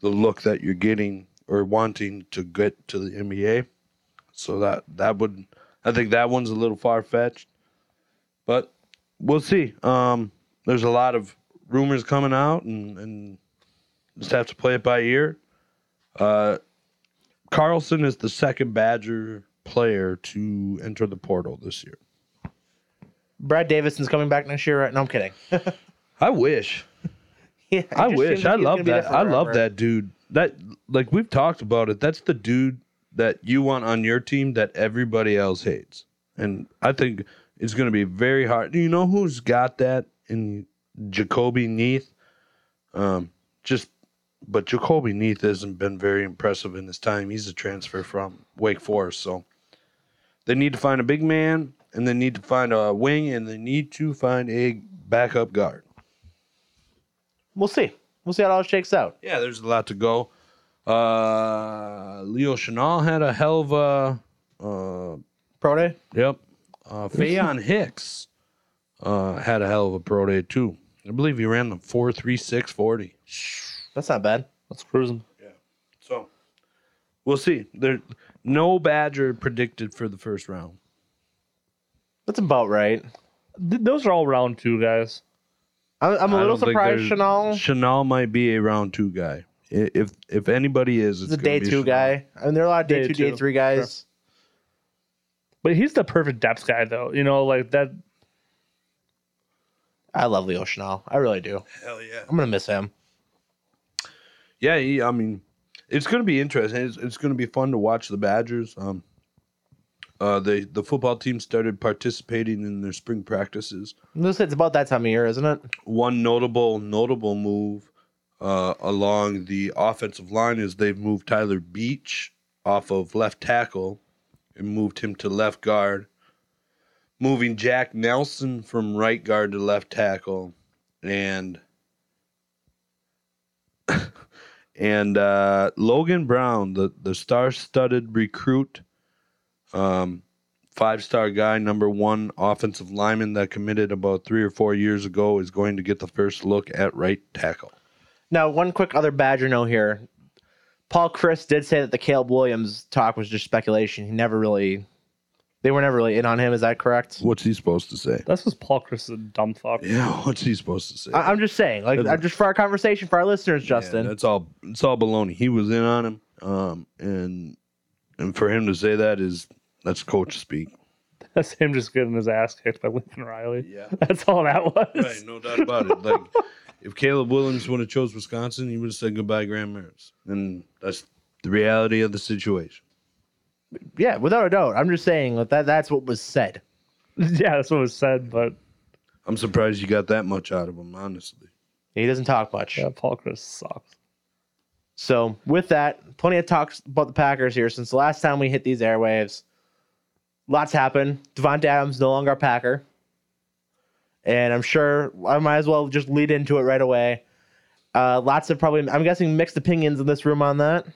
the look that you're getting or wanting to get to the NBA. So that that would, I think that one's a little far fetched, but we'll see. Um, there's a lot of rumors coming out and, and just have to play it by ear. Uh, Carlson is the second Badger player to enter the portal this year. Brad Davidson's coming back next year, right? No, I'm kidding. I wish. yeah, it I just wish. seems like I he's love gonna be there that. I love forever. that dude. That like we've talked about it. That's the dude that you want on your team that everybody else hates. And I think it's going to be very hard. You know who's got that in Jacoby Neath? Um, just but Jacoby Neath hasn't been very impressive in his time. He's a transfer from Wake Forest, so they need to find a big man, and they need to find a wing, and they need to find a backup guard. We'll see. We'll see how it all shakes out. Yeah, there's a lot to go. Uh, Leo Chanel had a hell of a. Uh, Pro day. yep. Uh, Fayon Hicks uh, had a hell of a pro day, too. I believe he ran the 4.3640. That's not bad. Let's cruise him. So we'll see. There, No Badger predicted for the first round. That's about right. Th- those are all round two guys. I'm, I'm a I little don't think surprised there's- Chanel is Chanel might be a round two guy. I- If if anybody is, it's a gonna day be two Chanel. guy. I mean, there are a lot of day, Day two, day two. three guys. But he's the perfect depth guy, though. You know, like that. I love Leo Chanel. I really do. Hell yeah. I'm gonna miss him. yeah, he, I mean, it's going to be interesting. It's, it's going to be fun to watch the Badgers. Um, uh, they the football team started participating in their spring practices. This it's about that time of year, isn't it? One notable notable move uh, along the offensive line is they've moved Tyler Beach off of left tackle and moved him to left guard, moving Jack Nelson from right guard to left tackle, and and uh, Logan Brown, the the star-studded recruit, um, five-star guy, number one offensive lineman that committed about three or four years ago, is going to get the first look at right tackle. Now, one quick other Badger note here. Paul Chris did say that the Caleb Williams talk was just speculation. He never really, they were never really in on him. Is that correct? What's he supposed to say? That's just Paul Chris is a dumb fuck. Yeah, what's he supposed to say? I, I'm just saying, like, I'm just for our conversation for our listeners, Justin. Yeah, that's all. It's all baloney. He was in on him, um, and and for him to say that is that's coach speak. That's him just getting his ass kicked by Lincoln Riley. Yeah. That's all that was. Right, no doubt about it. Like, if Caleb Williams would have chose Wisconsin, he would have said goodbye, Grand Maris, and that's the reality of the situation. yeah, without a doubt. I'm just saying that, that that's what was said. Yeah, that's what was said. But I'm surprised you got that much out of him, honestly. He doesn't talk much. yeah, Paul Chris sucks. So, with that, plenty of talks about the Packers here since the last time we hit these airwaves. Lots happened. Devonta Adams no longer a Packer. And I'm sure I might as well just lead into it right away. Uh, lots of probably, I'm guessing, mixed opinions in this room on that.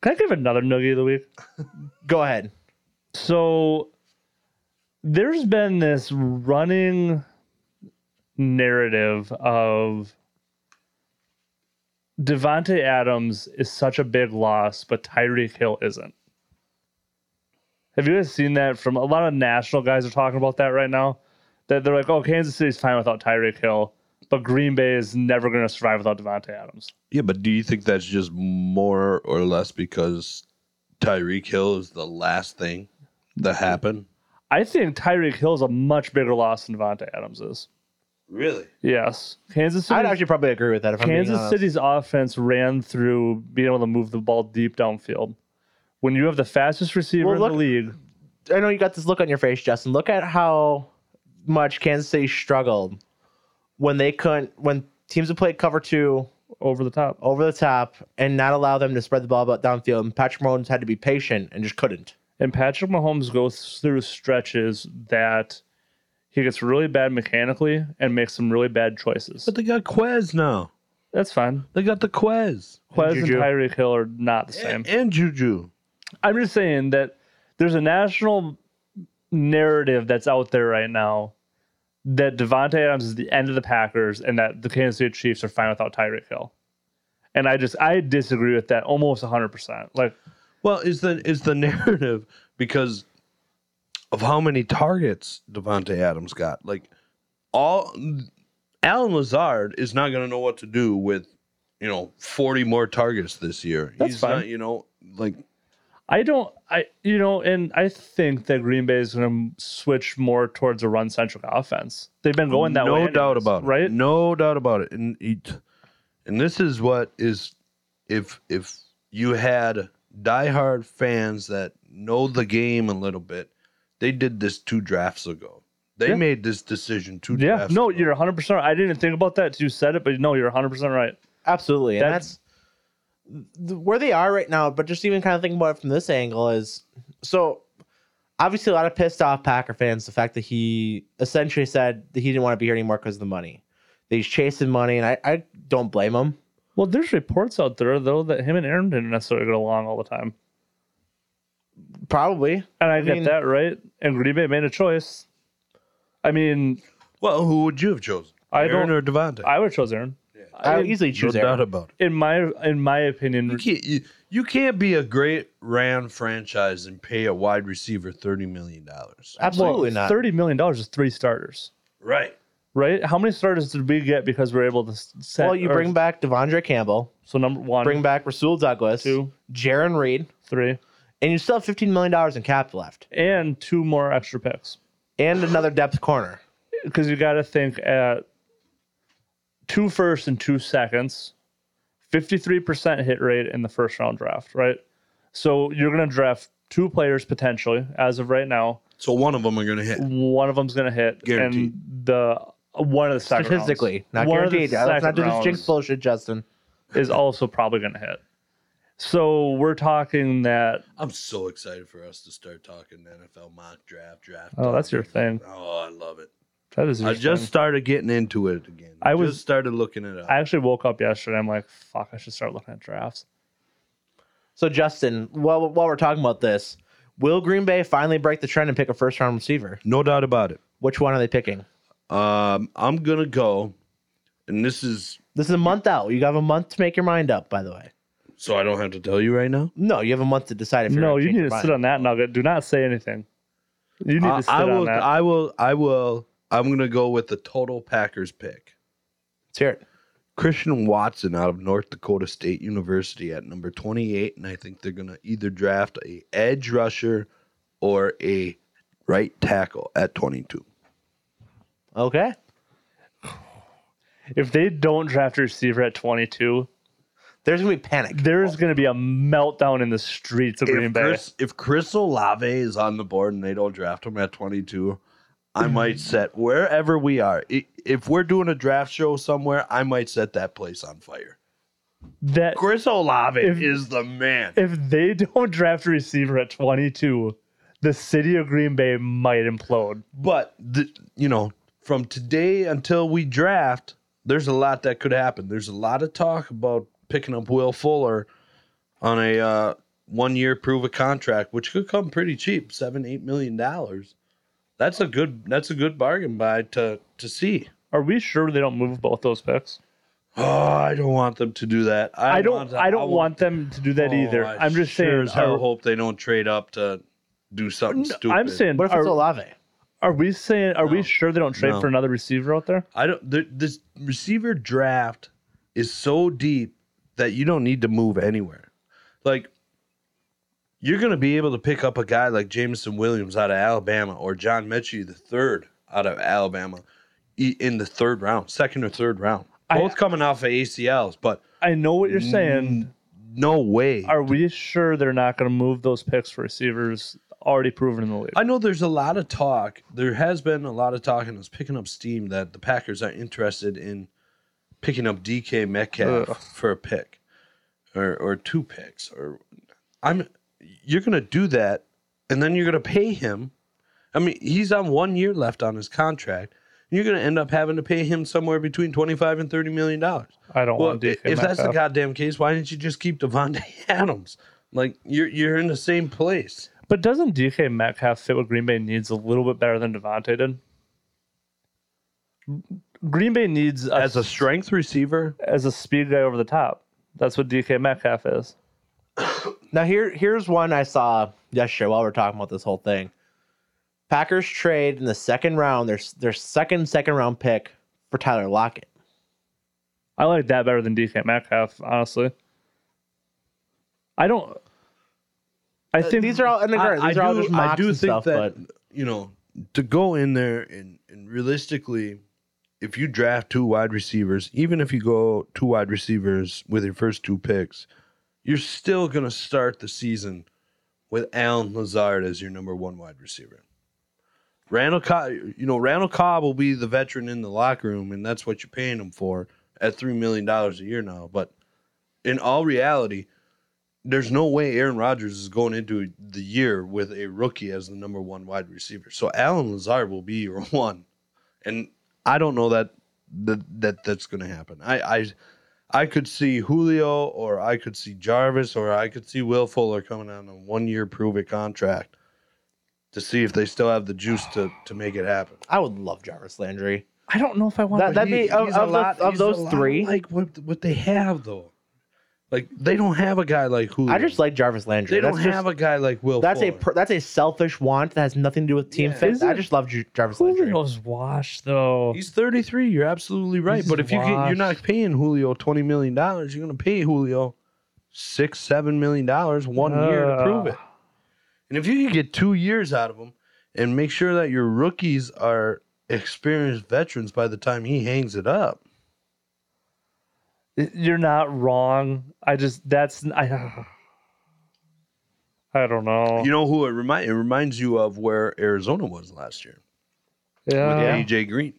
Can I give another noogie of the week? Go ahead. So there's been this running narrative of Devonte Adams is such a big loss, but Tyreek Hill isn't. Have you guys seen that from a lot of national guys are talking about that right now? That they're like, oh, Kansas City's fine without Tyreek Hill, but Green Bay is never going to survive without Devonte Adams. Yeah, but do you think that's just more or less because Tyreek Hill is the last thing that happened? I think Tyreek Hill is a much bigger loss than Devonte Adams is. Really? Yes, Kansas City. I'd actually probably agree with that if I'm being Kansas honest. City's offense ran through being able to move the ball deep downfield. When you have the fastest receiver Well, in look- the league, I know you got this look on your face, Justin. Look at how much Kansas City struggled when they couldn't, when teams have played cover two over the top. over the top and not allow them to spread the ball about downfield. And Patrick Mahomes had to be patient and just couldn't. And Patrick Mahomes goes through stretches that He gets really bad mechanically and makes some really bad choices. But they got Quez now. That's fine. They got the Quez. Quez and, Juju. Tyreek Hill are not the same. And, and Juju. I'm just saying that there's a national narrative that's out there right now that Devontae Adams is the end of the Packers and that the Kansas City Chiefs are fine without Tyreek Hill. And I just I disagree with that almost 100%. Like Well, is the is the narrative because of how many targets Devonte Adams got? Like all Alan Lazard is not going to know what to do with you know forty more targets this year. That's He's fine. not, you know, like I don't I you know and I think that Green Bay is going to switch more towards a run centric offense. They've been going that no way doubt anyways, about it. right? No doubt about it. And it, and this is what is if if you had diehard fans that know the game a little bit, they did this two drafts ago. They Yeah. made this decision two Yeah, drafts no, ago. you're 100. percent I didn't even think about that. till You said it, but no, you're 100 percent right. Absolutely. And That's- that's, th- where they are right now. But just even kind of thinking about it from this angle is so obviously a lot of pissed off Packer fans the fact that he essentially said that he didn't want to be here anymore because of the money. That he's chasing money, and I, I don't blame him. Well, there's reports out there though that him and Aaron didn't necessarily get along all the time, Probably. and I, get mean- that right. And Green Bay made a choice. I mean, Well, who would you have chosen? I Aaron don't- or Devontae? I would have chose Aaron. I would in, easily no choose doubt Aaron. about it. in my in my opinion, You can't, you, you can't be a great Ram franchise and pay a wide receiver thirty million dollars. Absolutely well, not. Thirty million dollars is three starters, Right. right? How many starters did we get because we are able to s- set? Well, you or- bring back Devondre Campbell, so number one, bring back Rasul Douglas, Two. Jaron Reed, three, and you still have $15 million in cap left and two more extra picks. and another depth corner. because you got to think at two firsts and two seconds, 53% hit rate in the first round draft, right? So you're going to draft two players potentially as of right now. So one of them are going to hit. One of them's going to hit, Guaranteed. and the one of the second rounds- Statistically, not one of the guaranteed. Let's not second do this rounds jinx bullshit, Justin. is also probably going to hit. So we're talking that I'm so excited for us to start talking NFL mock draft draft. oh, that's your thing. Oh, I love it. That is your I just thing. started getting into it again. I I was- just started looking it up. I actually woke up yesterday. I'm like, fuck, I should start looking at drafts. So Justin, while while we're talking about this, will Green Bay finally break the trend and pick a first round receiver? no doubt about it. Which one are they picking? Um, I'm gonna go, and this is This is a month out. You have a month to make your mind up. By the way, so I don't have to tell you right now. no, you have a month to decide if you're. No, gonna you change need your to mind. sit on that nugget. Do not say anything. You need I, to sit I on will. that. I will. I will. I'm gonna go with the total Packers pick. Let's hear it. Christian Watson out of North Dakota State University at number 28, and I think they're going to either draft a edge rusher or a right tackle at 22. Okay, if they don't draft a receiver at 22, there's gonna be panic. there's going to be a meltdown in the streets of Green If Bay. Chris, if Chris Olave is on the board and they don't draft him at 22, I might set wherever we are. i- If we're doing a draft show somewhere, I might set that place on fire. that Chris Olave If- is the man. if they don't draft a receiver at 22, the city of Green Bay might implode. But the, you know, from today until we draft, there's a lot that could happen. There's a lot of talk about picking up Will Fuller on a uh, one-year prove a contract, which could come pretty cheap, seven, eight million dollars. That's a good. That's a good bargain buy to to see. Are we sure they don't move both those picks? Oh, I don't want them to do that. I, don't. to- I don't want- want them to do that Oh, either. I I'm just sure saying. As hell are- hope they don't trade up to do something stupid. I'm saying. what if it's Are, Olave? are we saying? Are we No. sure they don't trade No. for another receiver out there? I don't. The, this receiver draft is so deep that you don't need to move anywhere. Like you're going to be able to pick up a guy like Jamison Williams out of Alabama or John Mechie the third out of Alabama i- in the third round, second or third round, I- both coming off of ACLs. But I know what you're Mm. saying. no way. Are we sure they're not going to move those picks for receivers already proven in the league? I know there's a lot of talk. There has been a lot of talk, and it's picking up steam that the Packers are interested in picking up DK Metcalf Ugh. for a pick, or or two picks. Or I'm you're gonna do that, and then you're gonna pay him, I mean, he's on one year left on his contract. You're going to end up having to pay him somewhere between 25 and 30 million dollars. I don't Well, want DK if that's the Metcalf. goddamn case, why didn't you just keep Devontae Adams? Like you're you're in the same place. But doesn't DK Metcalf fit what Green Bay needs a little bit better than Devontae did? Green Bay needs a, As a strength receiver, as a speed guy over the top. That's what DK Metcalf is. Now here here's one I saw yesterday while we are talking about this whole thing. Packers trade in the second round their their second second round pick for Tyler Lockett. I like that better than DK Metcalf, honestly. I don't. I Uh, think These are all in the I, I These are all just do, I mocks do and think stuff, that but you know to go in there and, and realistically, if you draft two wide receivers, even if you go two wide receivers with your first two picks, you're still gonna start the season with Alan Lazard as your number one wide receiver. Randall Cobb, you know, Randall Cobb will be the veteran in the locker room, and that's what you're paying him for at three million dollars a year now. But in all reality, there's no way Aaron Rodgers is going into the year with a rookie as the number one wide receiver. So Alan Lazard will be your one, and I don't know that that, that that's going to happen. I, I I could see Julio, or I could see Jarvis, or I could see Will Fuller coming on a one year prove it contract to see if they still have the juice to to make it happen. I would love Jarvis Landry. I don't know if I want. That- Uh, that'd be He- of, he's of, a the- lot- of he's a those lot three. like what what they have though. Like they don't have a guy like Julio. I just like Jarvis Landry. They don't that's have just, a guy like Will. that's a Fuller. per, that's a selfish want that has nothing to do with team Yeah. fit. Isn't I it- just love Ju- Jarvis Landry. Julio's washed though. He's 33. You're absolutely right. He's but if you get, you're not washed. paying Julio 20 million dollars, you're going to pay Julio six, seven million dollars one year Uh. to prove it. Ugh. And if you could get two years out of him and make sure that your rookies are experienced veterans by the time he hangs it up, You're not wrong. I just that's I. I don't know. you know who it remind it reminds you of where Arizona was last year with yeah, AJ Green.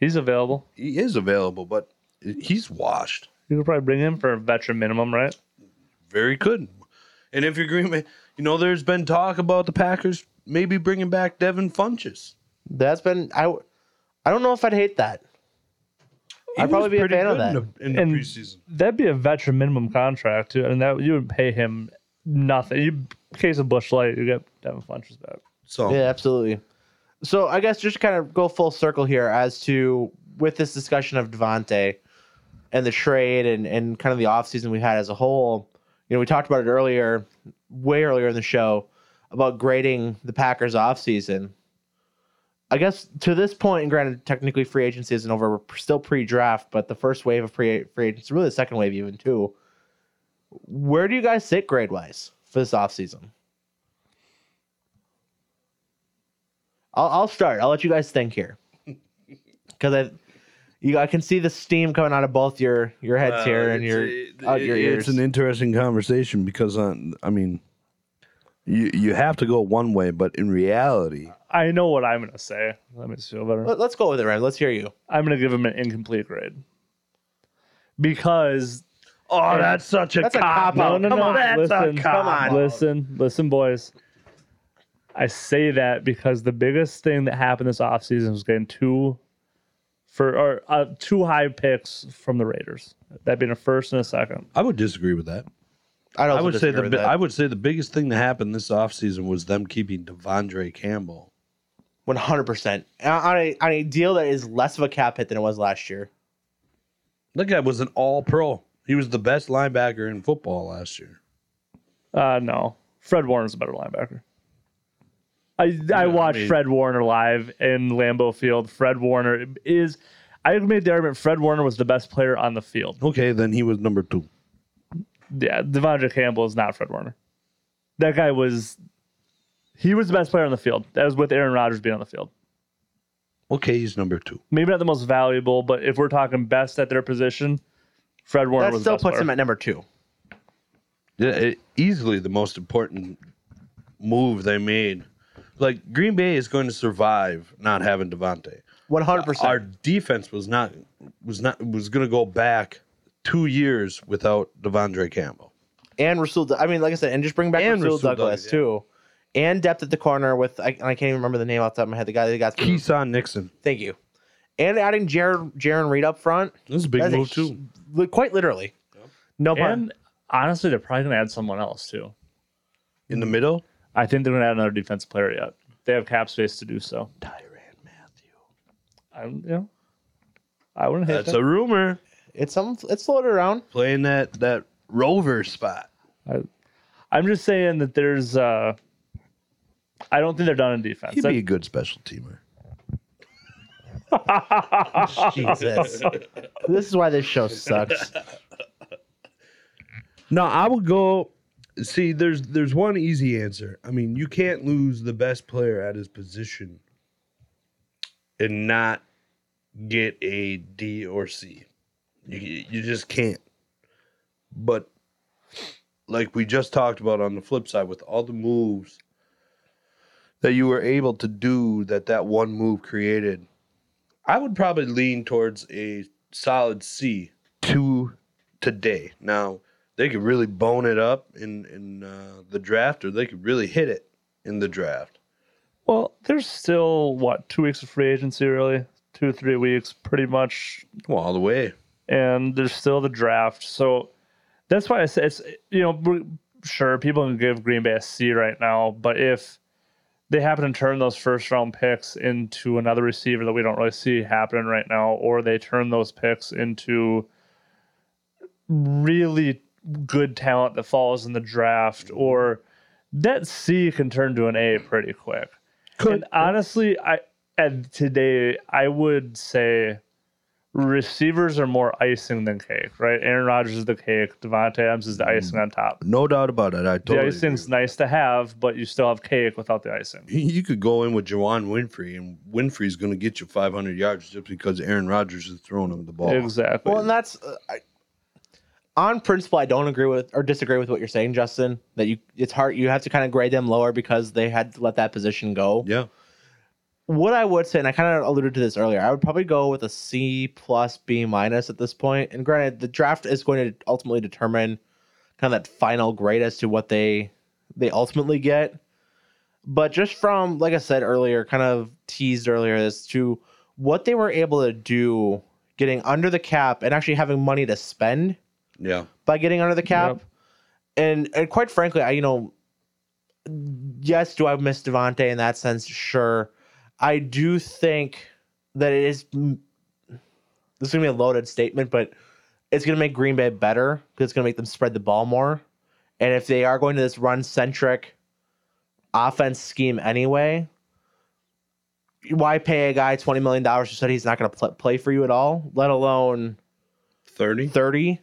he's available. He is available, but he's washed. You could probably bring him for a veteran minimum, right? Very good. And if you're Green Bay, you know, there's been talk about the Packers maybe bringing back Devin Funches. That's been I. w- I don't know if I'd hate that. He I'd was probably be a pretty fan of good In the, in And- the preseason. That'd be a veteran minimum contract too, and that you would pay him nothing. You case of Bush Light, you get Devin Funches back. So Yeah, absolutely. So I guess just kind of go full circle here as to with this discussion of Devontae and the trade and, and kind of the offseason we had as a whole. You know, we talked about it earlier, way earlier in the show, about grading the Packers offseason. I guess to this point, and granted, technically free agency isn't over. We're still pre draft, but the first wave of free, free agency, really the second wave, even too. Where do you guys sit grade wise for this offseason? I'll, I'll start. I'll let you guys think here, because I, you, I can see the steam coming out of both your your heads Uh, here and it's your a- out it- your ears. It's an interesting conversation because, on, I mean, you you have to go one way, but in reality, I know what I'm gonna say. Let me feel better. Let, us go with it, Rand. Let's hear you. I'm gonna give him an incomplete grade because oh, that's such a That's a cop out. Ah, no, no, Come no. on, that's a listen, cop out. Listen, listen, boys. I say that because the biggest thing that happened this offseason was getting two for or uh, two high picks from the Raiders. That being a first and a second. I would disagree with that. I'd also I would say disagree the with bi- that. I would say the biggest thing that happened this offseason was them keeping Devondre Campbell. One hundred percent on a on a deal that is less of a cap hit than it was last year. That guy was an All Pro. He was the best linebacker in football last year. Uh no. Fred Warner's a better linebacker. I I watched mean- Fred Warner live in Lambeau Field. Fred Warner is I made the argument Fred Warner was the best player on the field. Okay, then he was number two. yeah, Devondre Campbell is not Fred Warner. That guy was he was the best player on the field. That was with Aaron Rodgers being on the field. Okay, he's number two. Maybe not the most valuable, but if we're talking best at their position, Fred Warner That was still the best puts player. him at number two. Yeah, it- easily the most important move they made. Like Green Bay is going to survive not having Devontae. One hundred Our percent. defense was not was not was going to go back two years without Devondre Campbell. And Rasul. I mean, like I said, and just bring back And Rasul Rasul Douglas Douglas, yeah. too. and depth at the corner with I, and I can't even remember the name off the top of my head. The guy that got through. Keyshawn Nixon. Thank you. And adding Jaron Jaron Reed up front, This is a big That's a move hu- too. li- quite literally. No pun. And honestly, they're probably going to add someone else too. In the middle, I think they're going to add another defensive player yet. They have cap space to do so. Tyran Matthew. I'm, you know, I wouldn't hate That's that. a rumor. It's some. It's floated around. Playing that that rover spot. I'm just saying that there's. uh I don't think they're done in defense. He'd That- be a good special teamer. Jesus. this is why this show sucks. No, I would go. See, there's there's one easy answer. I mean, you can't lose the best player at his position and not get a D or C. You you just can't. But like we just talked about on the flip side, with all the moves that you were able to do, that that one move created, I would probably lean towards a solid C to today. Now they could really bone it up in in uh, the draft, or they could really hit it in the draft. Well, there's still what two weeks of free agency, really, two three weeks, pretty much, Well, all the way. and there's still the draft. So that's why I say it's you know we're- sure people can give Green Bay a C right now, but if they happen to turn those first round picks into another receiver that we don't really see happening right now, or they turn those picks into really good talent that falls in the draft, or that C can turn to an A pretty quick. And honestly, I at today I would say receivers are more icing than cake, right? Aaron Rodgers is the cake, Devontae Adams is the icing on top. No doubt about it. The I Mm-hmm. totally. agree. icing's nice to have, but you still have cake without the icing. You could go in with Jawan Winfrey, and Winfrey's going to get you 500 yards just because Aaron Rodgers is throwing him the ball. Exactly. Well, and that's uh, I, on principle. I don't agree with or disagree with what you're saying, Justin. That you, it's hard. You have to kind of grade them lower because they had to let that position go. Yeah, What I would say, and I kind of alluded to this earlier, I would probably go with a C plus B minus at this point. And granted, the draft is going to ultimately determine kind of that final grade as to what they they ultimately get. But just from, like I said earlier, kind of teased earlier as to what they were able to do getting under the cap and actually having money to spend yeah. by getting under the cap. Yep. And and quite frankly, I you know, yes, do I miss Devontae in that sense? Sure, I do think that it is. mm, This is gonna be a loaded statement, but it's gonna make Green Bay better because it's gonna make them spread the ball more. And if they are going to this run centric offense scheme anyway, why pay a guy twenty million dollars who said he's not gonna pl- play for you at all? Let alone 30. 30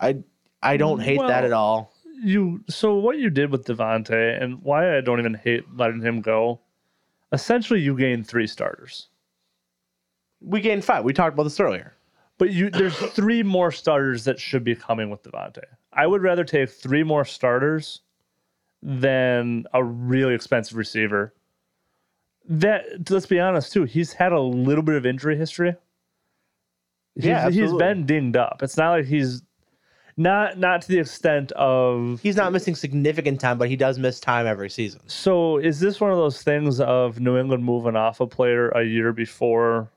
i i don't hate that Well- at all you so what you did with Devontae and why I don't even hate letting him go, essentially you gain three starters. we gained five we talked about this earlier But you there's three more starters that should be coming with Devontae. I would rather take three more starters than a really expensive receiver. That let's be honest too, he's had a little bit of injury history. He's, Yeah, he's absolutely. been dinged up. It's not like he's not not to the extent of he's not missing significant time but he does miss time every season So is this one of those things of New England moving off a player a year before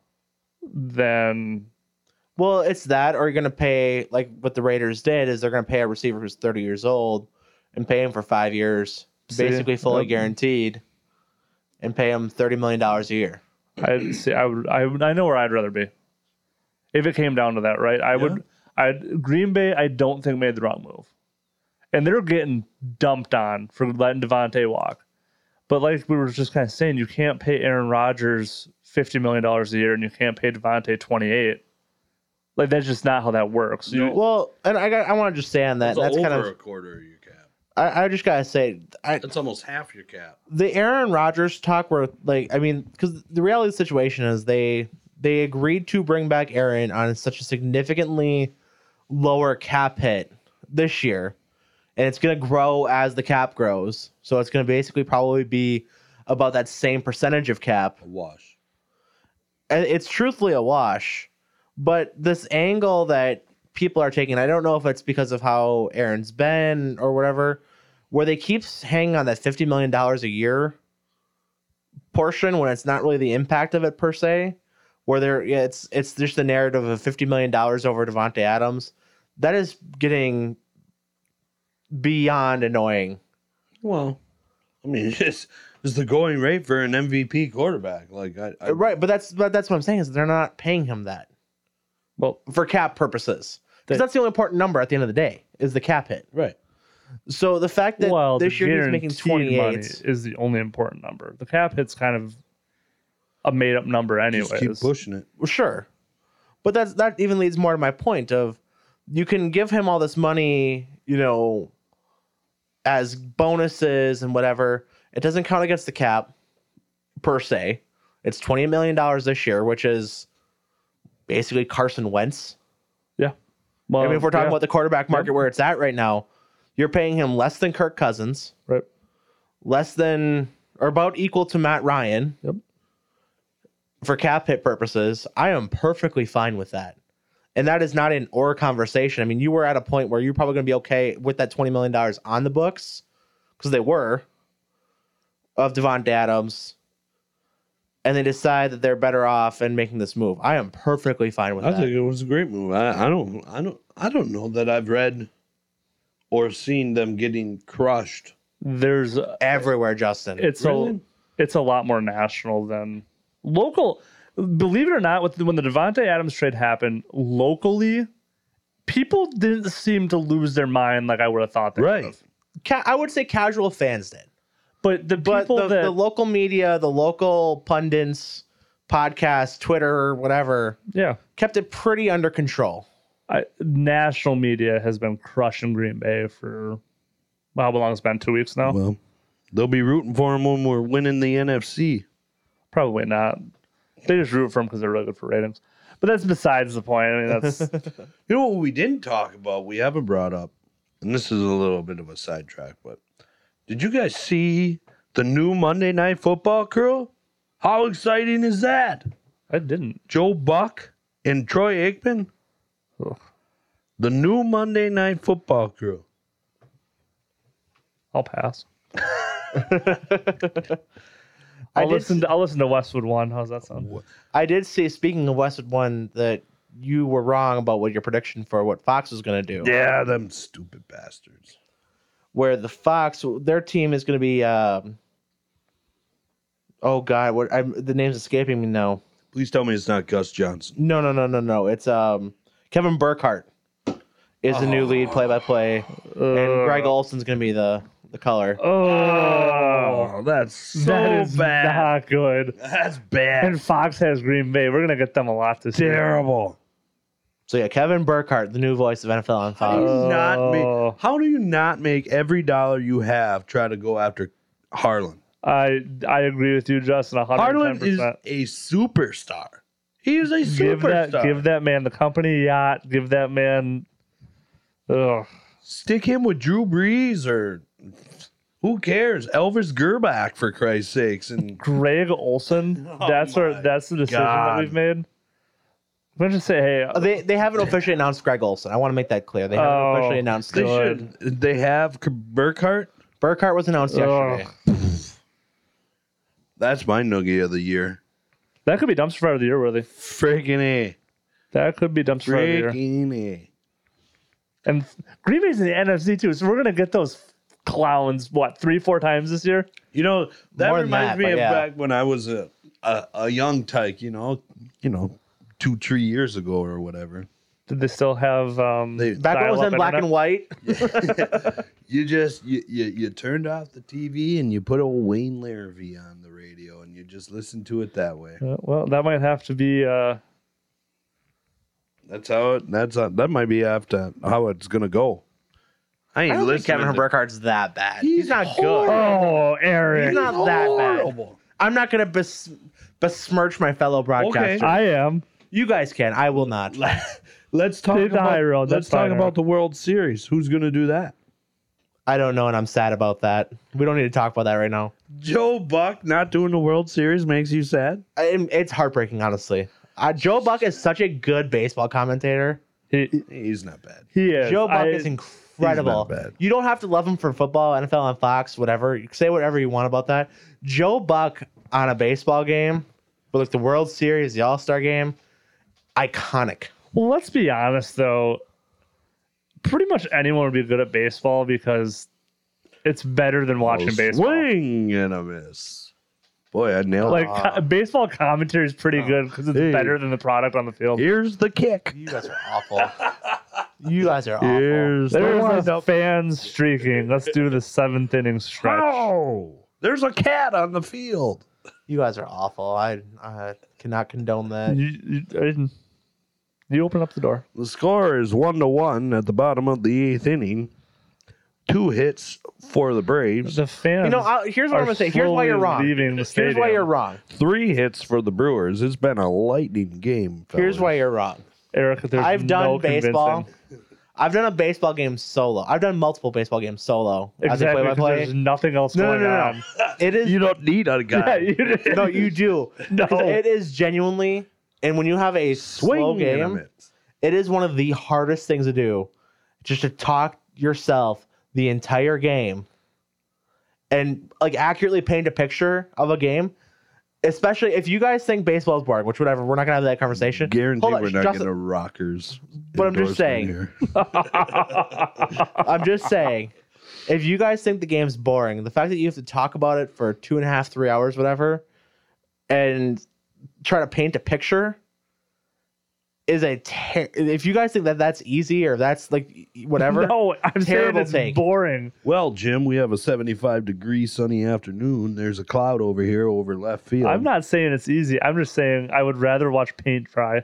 then well it's that or you're gonna pay like what the raiders did is they're gonna pay a receiver who's 30 years old and pay him for five years See, basically fully yep. guaranteed and pay him 30 million dollars a year I see I would I would, I know where I'd rather be. If it came down to that, right? I would I Green Bay I don't think made the wrong move. And they're getting dumped on for letting Devontae walk. But like we were just kind of saying, you can't pay Aaron Rodgers fifty million dollars a year and you can't pay Devontae twenty eight. Like that's just not how that works. You- No. well and i got i want to just say on that that's kind over a of quarter of your cap. I, I just gotta say i That's almost half your cap. the Aaron Rodgers talk where like I mean because the reality of the situation is they they agreed to bring back Aaron on such a significantly lower cap hit this year and it's going to grow as the cap grows so it's going to basically probably be about that same percentage of cap A wash. and it's truthfully a wash but this angle that people are taking i don't know if it's because of how aaron's been or whatever where they keep hanging on that fifty million dollars a year portion when it's not really the impact of it per se. Where they're yeah, it's it's just the narrative of fifty million dollars over Devonte Adams. That is getting beyond annoying. Well, I mean, it's, it's the going rate for an MVP quarterback. Like, I, I right, but that's but that's what I'm saying is they're not paying him that Well, for cap purposes. 'Cause They- that's the only important number at the end of the day is the cap hit. right. So the fact that well, this the year he's making 28 guaranteed money is the only important number. The cap hit's kind of a made up number, anyways. Just keep pushing it. Well, sure but that's that even leads more to my point of you can give him all this money you know as bonuses and whatever it doesn't count against the cap per se it's 28 million dollars this year which is basically Carson Wentz Well, I mean if we're talking yeah, about the quarterback market Yep. where it's at right now you're paying him less than Kirk Cousins right. less than or about equal to Matt Ryan. Yep. For cap hit purposes, I am perfectly fine with that. And that is not an or conversation. I mean, you were at a point where you're probably going to be okay with that $20 million on the books because they were of Devon Adams. And they decide that they're better off and making this move. I am perfectly fine with I that. think it was a great move. I, I don't, I don't, I don't know that I've read or seen them getting crushed. There's a- Everywhere, Justin. it's Really? a it's a lot more national than local. Believe it or not, with when the Devonte Adams trade happened locally, people didn't seem to lose their mind like I would have thought. They Right. would've. Ca- I would say casual fans did. But the but people the, that the local media, the local pundits, podcasts, Twitter, whatever, yeah, kept it pretty under control. I, national media has been crushing Green Bay for well, how long it's been? Two weeks now. Well, they'll be rooting for him when we're winning the NFC. Probably not. They just root for them because they're really good for ratings. But that's besides the point. I mean, that's You know what we didn't talk about? We haven't brought up, and this is a little bit of a sidetrack, but did you guys see the new Monday Night Football crew? How exciting is that? I didn't. Joe Buck and Troy Aikman, Ugh. the new Monday Night Football crew. I'll pass. I I'll did listen. To, I'll listen to Westwood One. How's that sound? I did see, speaking of Westwood One, that you were wrong about what your prediction for what Fox was going to do. Yeah, them stupid bastards. Where the Fox, their team is going to be. Um, oh God, what I'm, the name's escaping me now. Please tell me it's not Gus Johnson. No, no, no, no, no. It's um, Kevin Burkhardt is the Oh. new lead play-by-play, and Uh, Greg Olson's going to be the the color. Oh, Oh, that's so that is bad. not good. That's bad. And Fox has Green Bay. We're gonna get them a lot this year. terrible. So yeah, Kevin Burkhardt, the new voice of NFL on How do Fox. you not Oh. make? How do you not make every dollar you have try to go after Harlan? I I agree with you, Justin. One hundred Harlan is percent. a superstar. He is a superstar. Give that give that man the company yacht. Give that man. Ugh. Stick him with Drew Brees or who cares? Elvis Gerbach for Christ's sakes. And Greg Olson. Oh that's my our that's the decision that God. we've made. We're just say, hey, Uh, They they haven't officially announced Greg Olson. I want to make that clear. They haven't Oh, officially announced. they Greg. Good. should. They have K- Burkhart. Burkhardt was announced yesterday. That's my noogie of the year. that could be dumpster fire of the year, worthy. Freaking a. That could be dumpster fire of the year. Freaking a. And Green Bay's in the NFC too, so we're gonna get those clowns what three, four times this year. You know, that More than reminds that, me but of yeah. back when I was a, a a young tyke, you know, you know, two, three years ago or whatever. Did they still have? Um, They- Back when it was dial-up in black internet? and white. You just you, you you turned off the TV and you put old Wayne Larrabee on the radio and you just listened to it that way. Uh, well, that might have to be. Uh, That's how it. That's how, that might be after how it's gonna go. I ain't I don't think listening. Kevin to- Burkhardt's that bad. He's, He's not good. oh, Eric, He's not that bad. Horrible. I'm not gonna bes- besmirch my fellow broadcaster. I am. You guys can. I will not. Let's talk Did I about roll? let's That's talk fine, I about the World Series. Who's gonna do that? I don't know, and I'm sad about that. We don't need to talk about that right now. Joe Buck not doing the World Series makes you sad. I- it's heartbreaking, honestly. Uh, Joe Buck is such a good baseball commentator. He, He's not bad. he is. Joe Buck I- is incredible. He's not bad. You don't have to love him for football, NFL on Fox, whatever. You can Say whatever you want about that. Joe Buck on a baseball game, but like the World Series, the All Star game, iconic. Well, let's be honest though. Pretty much anyone would be good at baseball because it's better than watching A baseball. Swing and a miss. Boy, I nailed Like it. co- baseball commentary is pretty good because it's Oh, Hey. better than the product on the field. Here's the kick. You guys are awful. you guys are awful. Here's There's the a fan streaking. Let's do the seventh inning stretch. Oh, there's a cat on the field. You guys are awful. I, I cannot condone that. You, you, I didn't- you open up the door. The score is one to one at the bottom of the eighth inning. Two hits for the Braves, The fans. You know, I, here's what are I'm gonna say. Here's why you're slowly wrong. Leaving the Here's why stadium. you're wrong. three hits for the Brewers. It's been a lightning game. Here's fellas. why you're wrong. Eric, there's I've done no baseball. convincing. I've done a baseball game solo. I've done multiple baseball games solo. as a Exactly. 'cause play-by-play. There's nothing else No, no, going no, no. on. It is you don't need a Yeah, guy. you did. no, you do. Oh. 'Cause No. It is genuinely, and when you have a slow Swing and a game, miss. it is one of the hardest things to do, just to talk yourself the entire game, and like accurately paint a picture of a game. Especially if you guys think baseball is boring, which whatever, we're not gonna have that conversation. Guarantee Hold on, we're not Justin, getting a rockers. But I'm just saying. endorsement here. I'm just saying, if you guys think the game's boring, the fact that you have to talk about it for two and a half, three hours, whatever, and try to paint a picture is a ter- if you guys think that that's easy or that's like whatever. No, I'm saying Terrible it's take. boring. Well, Jim, we have a 75 degree sunny afternoon. There's a cloud over here over left field. I'm not saying it's easy. I'm just saying I would rather watch paint dry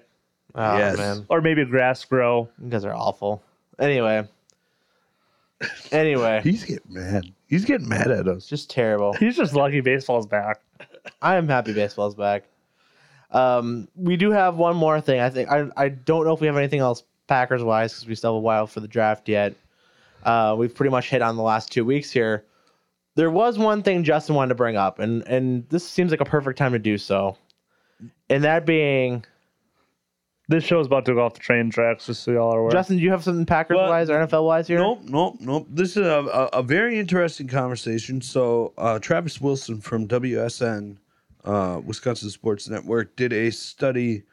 Oh, Yes. man, or maybe grass grow. you guys are awful. Anyway, anyway, He's getting mad. He's getting mad at us. just terrible. He's just lucky baseball's back. I am happy baseball's back. Um, we do have one more thing. I think I, I don't know if we have anything else Packers wise because we still have a while for the draft yet. Uh, we've pretty much hit on the last two weeks here. There was one thing Justin wanted to bring up, and and this seems like a perfect time to do so, and that being This show's about to go off the train tracks, just so y'all are aware. Justin. Do you have something Packers wise or NFL wise here? Nope, nope, nope. This is a, a, a very interesting conversation. So, uh, Travis Wilson from WSN, uh, Wisconsin Sports Network, did a study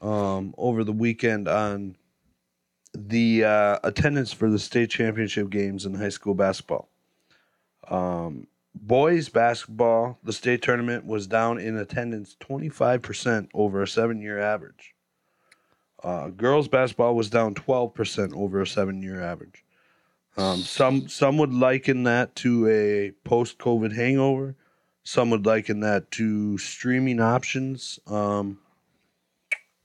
um, over the weekend on the uh, attendance for the state championship games in high school basketball. Um, boys basketball, the state tournament was down in attendance 25% over a seven year average. Uh, girls basketball was down 12% over a seven year average. Um, some some would liken that to a post COVID hangover. Some would liken that to streaming options. Um,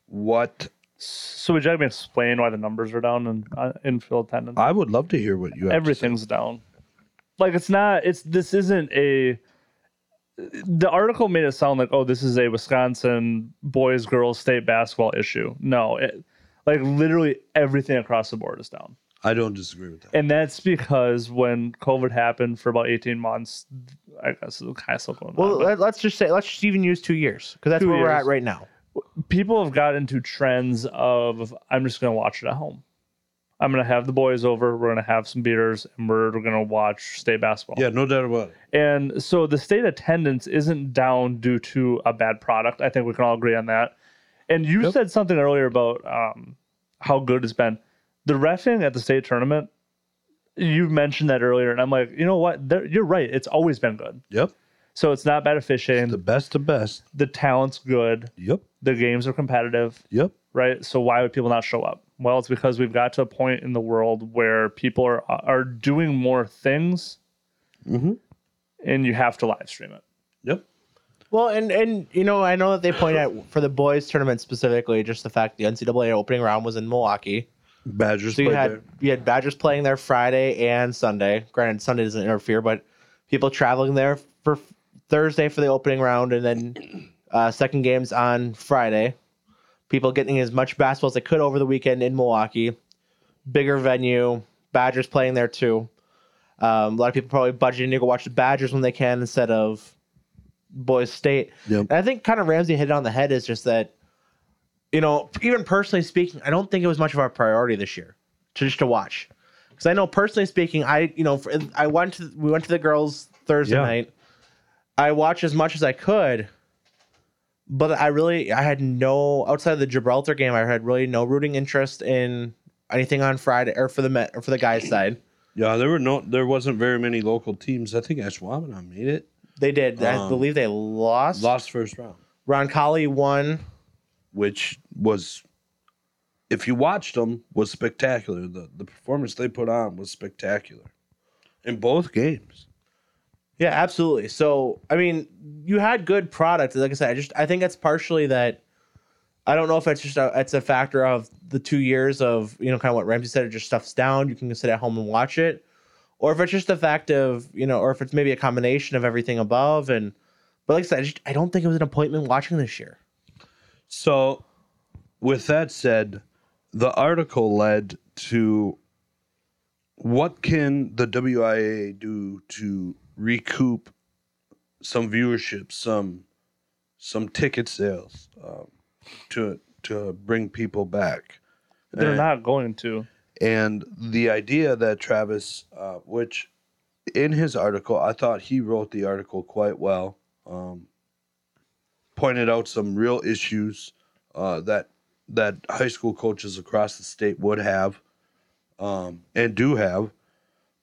what So would you like me to explain why the numbers are down in uh, in field attendance? I would love to hear what you have Everything's down. Like it's not. It's this isn't a. The article made it sound like oh this is a Wisconsin boys girls state basketball issue. No, it, like literally everything across the board is down. To say. I don't disagree with that. And that's because when COVID happened for about 18 months, I guess it was kind of still going Well, on. but let, us just say let's just even use two years because that's Two where we're years. at right now. people have got into trends of I'm just going to watch it at home. I'm going to have the boys over. We're going to have some beers and we're going to watch state basketball. Yeah, no doubt about it. And so the state attendance isn't down due to a bad product. I think we can all agree on that. And you said something earlier about um, how good it's been. The refing at the state tournament, you mentioned that earlier. And I'm like, you know what? There, you're right. It's always been good. Yep, So it's not bad officiating. the The, best of best. talent's good. Yep, The games are competitive, yep. right? So why would people not show up? Well, it's because we've got to a point in the world where people are are doing more things, Mhm. and you have to live stream it. Yep. Well, and and you know, I know that they point out for the boys tournament specifically, just the fact the NCAA opening round was in Milwaukee. Badgers So you played had there. you had Badgers playing there Friday and Sunday. Granted, Sunday doesn't interfere, but people traveling there for Thursday for the opening round, and then uh, second games on Friday. People getting as much basketball as they could over the weekend in Milwaukee, bigger venue. Badgers playing there too. Um, a lot of people probably budgeting to go watch the Badgers when they can instead of Boys State. Yep. And I think kind of Ramsey hit it on the head is just that you know, even personally speaking, I don't think it was much of a priority this year to just to watch. Because I know personally speaking, I you know, for, I went to we went to the girls Thursday Yeah. night. I watched as much as I could, but I really I had no outside of the Gibraltar game. I had really no rooting interest in anything on Friday or for the Met or for the guys side. Yeah, there were no, there wasn't very many local teams. I think Ashwaubenon made it. They did. I Um, believe they lost. Lost first round, Ron Colley won. which was, if you watched them, was spectacular. The the performance they put on was spectacular, in both games. Yeah, absolutely. So, I mean, you had good product. Like I said, I just I think that's partially that. I don't know if it's just a, it's a factor of the two years of you know kind of what Ramsey said, it just stuffs down. You can sit at home and watch it, or if it's just the fact of you know, or if it's maybe a combination of everything above. And but like I said, I, just, I don't think it was an appointment watching this year. So, with that said, the article led to what can the WIA do to recoup some viewership, some some ticket sales um, to to bring people back. They're And- not going to. and the idea that Travis, uh, which in his article, I thought he wrote the article quite well, um, pointed out some real issues uh, that that high school coaches across the state would have um, and do have,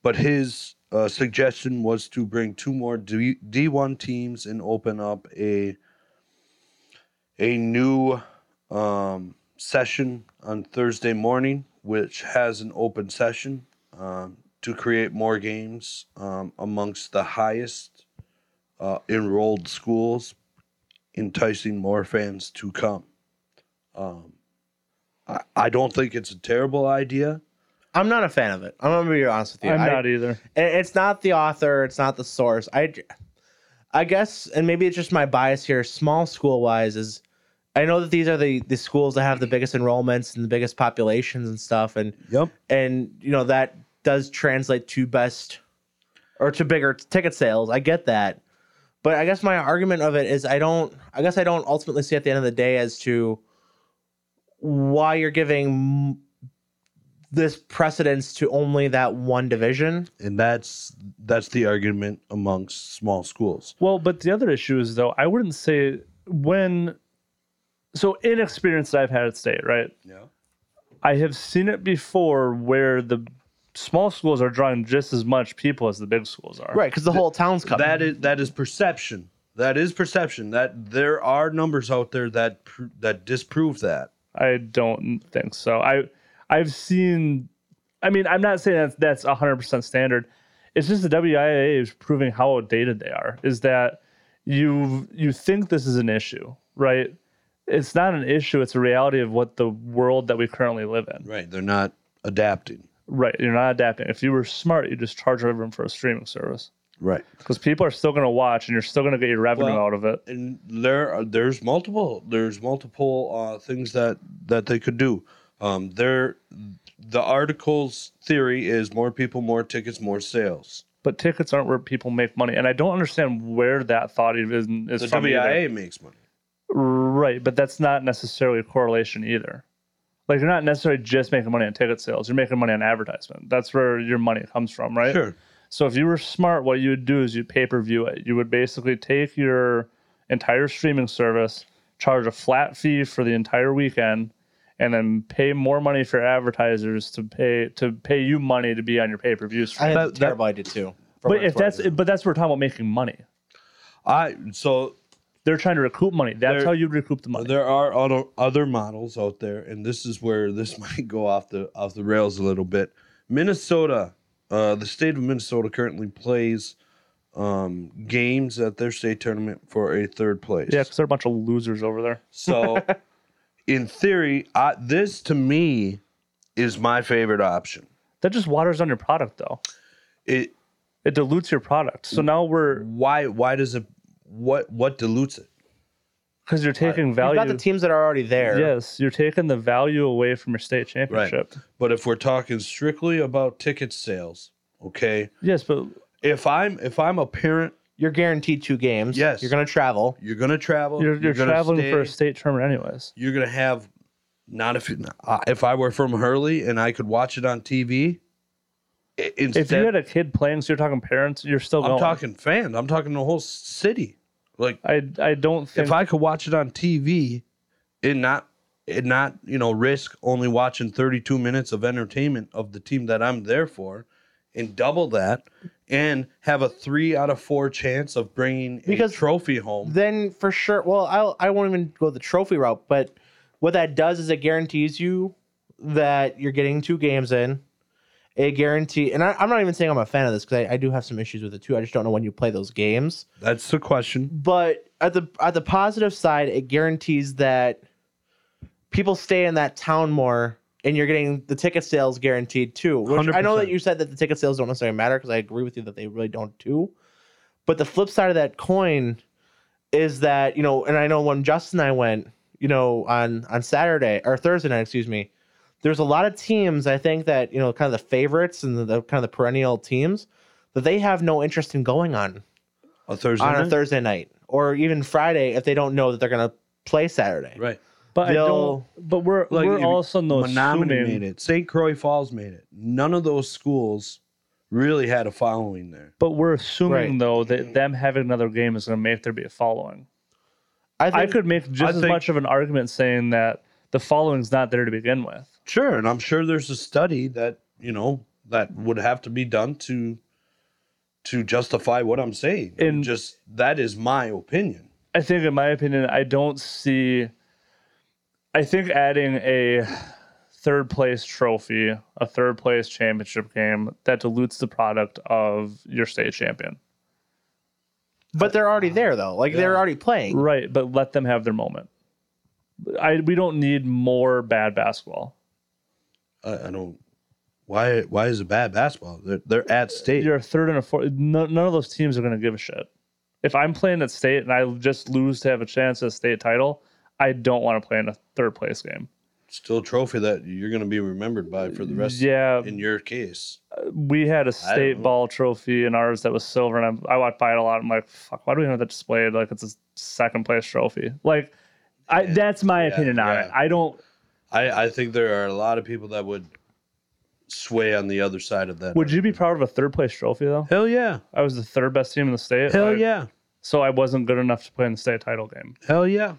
but his uh, suggestion was to bring two more D- D1 teams and open up a a new um, session on Thursday morning, which has an open session um, to create more games um, amongst the highest uh, enrolled schools, enticing more fans to come. Um, I, I don't think it's a terrible idea. I'm not a fan of it. I'm gonna be honest with you. I'm I- not either. And it's not the author it's not the source i i guess and maybe it's just my bias here small school wise is i know that these are the the schools that have the biggest enrollments and the biggest populations and stuff and Yep. and you know that does translate to best or to bigger ticket sales i get that but i guess my argument of it is i don't i guess i don't ultimately see at the end of the day as to why you're giving this precedence to only that one division And that's that's the argument amongst small schools. Well, but the other issue is though, I wouldn't say when. So inexperience that I've had at state, right? Yeah. I have seen it before where the small schools are drawing just as much people as the big schools are. Right, because the whole town's coming. That is that is perception. That is perception. That there are numbers out there that pr- that disprove that. I don't think so. I I've seen. I mean, I'm not saying that that's 100 percent standard. It's just the WIA is proving how outdated they are. Is that you you think this is an issue, right? It's not an issue. It's a reality of what the world that we currently live in. Right. They're not adapting. Right. You're not adapting. If you were smart, you just charge everyone for a streaming service Right. because people are still going to watch and you're still going to get your revenue Well, out of it. And there are, there's multiple there's multiple uh, things that that they could do. Um, there the article's theory is more people, more tickets, more sales. But tickets aren't where people make money, and I don't understand where that thought even is The from. either. WIA makes money. Right, but that's not necessarily a correlation either. Like you're not necessarily just making money on ticket sales, you're making money on advertisement. That's where your money comes from, right? Sure. So if you were smart, what you would do is you'd pay-per-view it. You would basically take your entire streaming service, charge a flat fee for the entire weekend, and then pay more money for advertisers to pay to pay you money to be on your pay-per-view I stream. had that- a terrible idea too. from But what if that's it's worth. but that's where we're talking about making money. I so They're trying to recoup money. That's There- how you recoup the money. There are other other models out there, and this is where this might go off the off the rails a little bit. Minnesota, uh, the state of Minnesota currently plays um, games at their state tournament for a third place. Yeah, because they're a bunch of losers over there. So, in theory, I, this to me is my favorite option. That just waters on your product, though. It It dilutes your product. So now we're why why does it what what dilutes it? because you're taking you've value. got the teams that are already there. yes, you're taking the value away from your state championship. But if we're talking strictly about ticket sales, okay. Yes, but If I'm if I'm a parent You're guaranteed two games. Yes. You're gonna travel. You're gonna travel. you're, you're, gonna traveling for a stay, state tournament anyways. You're gonna have Not if uh, if I were from Hurley and I could watch it on TV. i- Instead, If you had a kid playing, so you're talking parents, you're still I'm going. talking fans. I'm talking the whole city. Like I I don't think if I could watch it on TV and not and not, you know, risk only watching 32 minutes of entertainment of the team that I'm there for and double that and have a 3 out of 4 chance of bringing Because a trophy home. then for sure. Well, I'll, I won't even go the trophy route, but what that does is it guarantees you that you're getting two games in. It guarantee, and I, I'm not even saying I'm a fan of this because I, I do have some issues with it too. I just don't know when you play those games. That's the question. But at the at the positive side, it guarantees that people stay in that town more, and you're getting the ticket sales guaranteed too. Which I know 100%. that you said that the ticket sales don't necessarily matter because I agree with you that they really don't too. But the flip side of that coin is that you know, and I know when Justin and I went, you know, on on Saturday or Thursday night, excuse me, there's a lot of teams I think that you know, kind of the favorites and the, the kind of the perennial teams that they have no interest in going on A Thursday on a night? Thursday night or even Friday if they don't know that they're gonna play Saturday. Right. but I don't they'll- but we're Like, we're you- all of a sudden though Menominee made assuming it. St. Croix Falls made it. None of those schools really had a following there. but we're assuming Right. though that them having another game is gonna make there be a following. I think I could make just I as think- much of an argument saying that the following's not there to begin with. Sure, and I'm sure there's a study that you know that would have to be done to to justify what I'm saying. And- just that is my opinion. I think, in my opinion, I don't see. I think adding a third place trophy, a third place championship game, that dilutes the product of your state champion. but they're already there though. Like they're already playing. Right, but let them have their moment. I we don't need more bad basketball. I, I don't. Why? Why is it bad basketball? They're, they're at state. You're a third and a fourth. No, none of those teams are going to give a shit. If I'm playing at state and I just lose to have a chance at a state title, I don't want to play in a third place game. Still a trophy that you're going to be remembered by for the rest. Yeah, In your case, we had a state know. ball trophy in ours that was silver, and I, I walked by it a lot. I'm like, fuck, why do we have that displayed? Like, it's a second place trophy. Like, I, Yeah, that's my yeah, opinion on yeah. it. I don't, I I think there are a lot of people that would sway on the other side of that. would you be proud of a third place trophy though? Hell yeah! I was the third best team in the state. Hell like, yeah! So I wasn't good enough to play in the state title game. Hell yeah!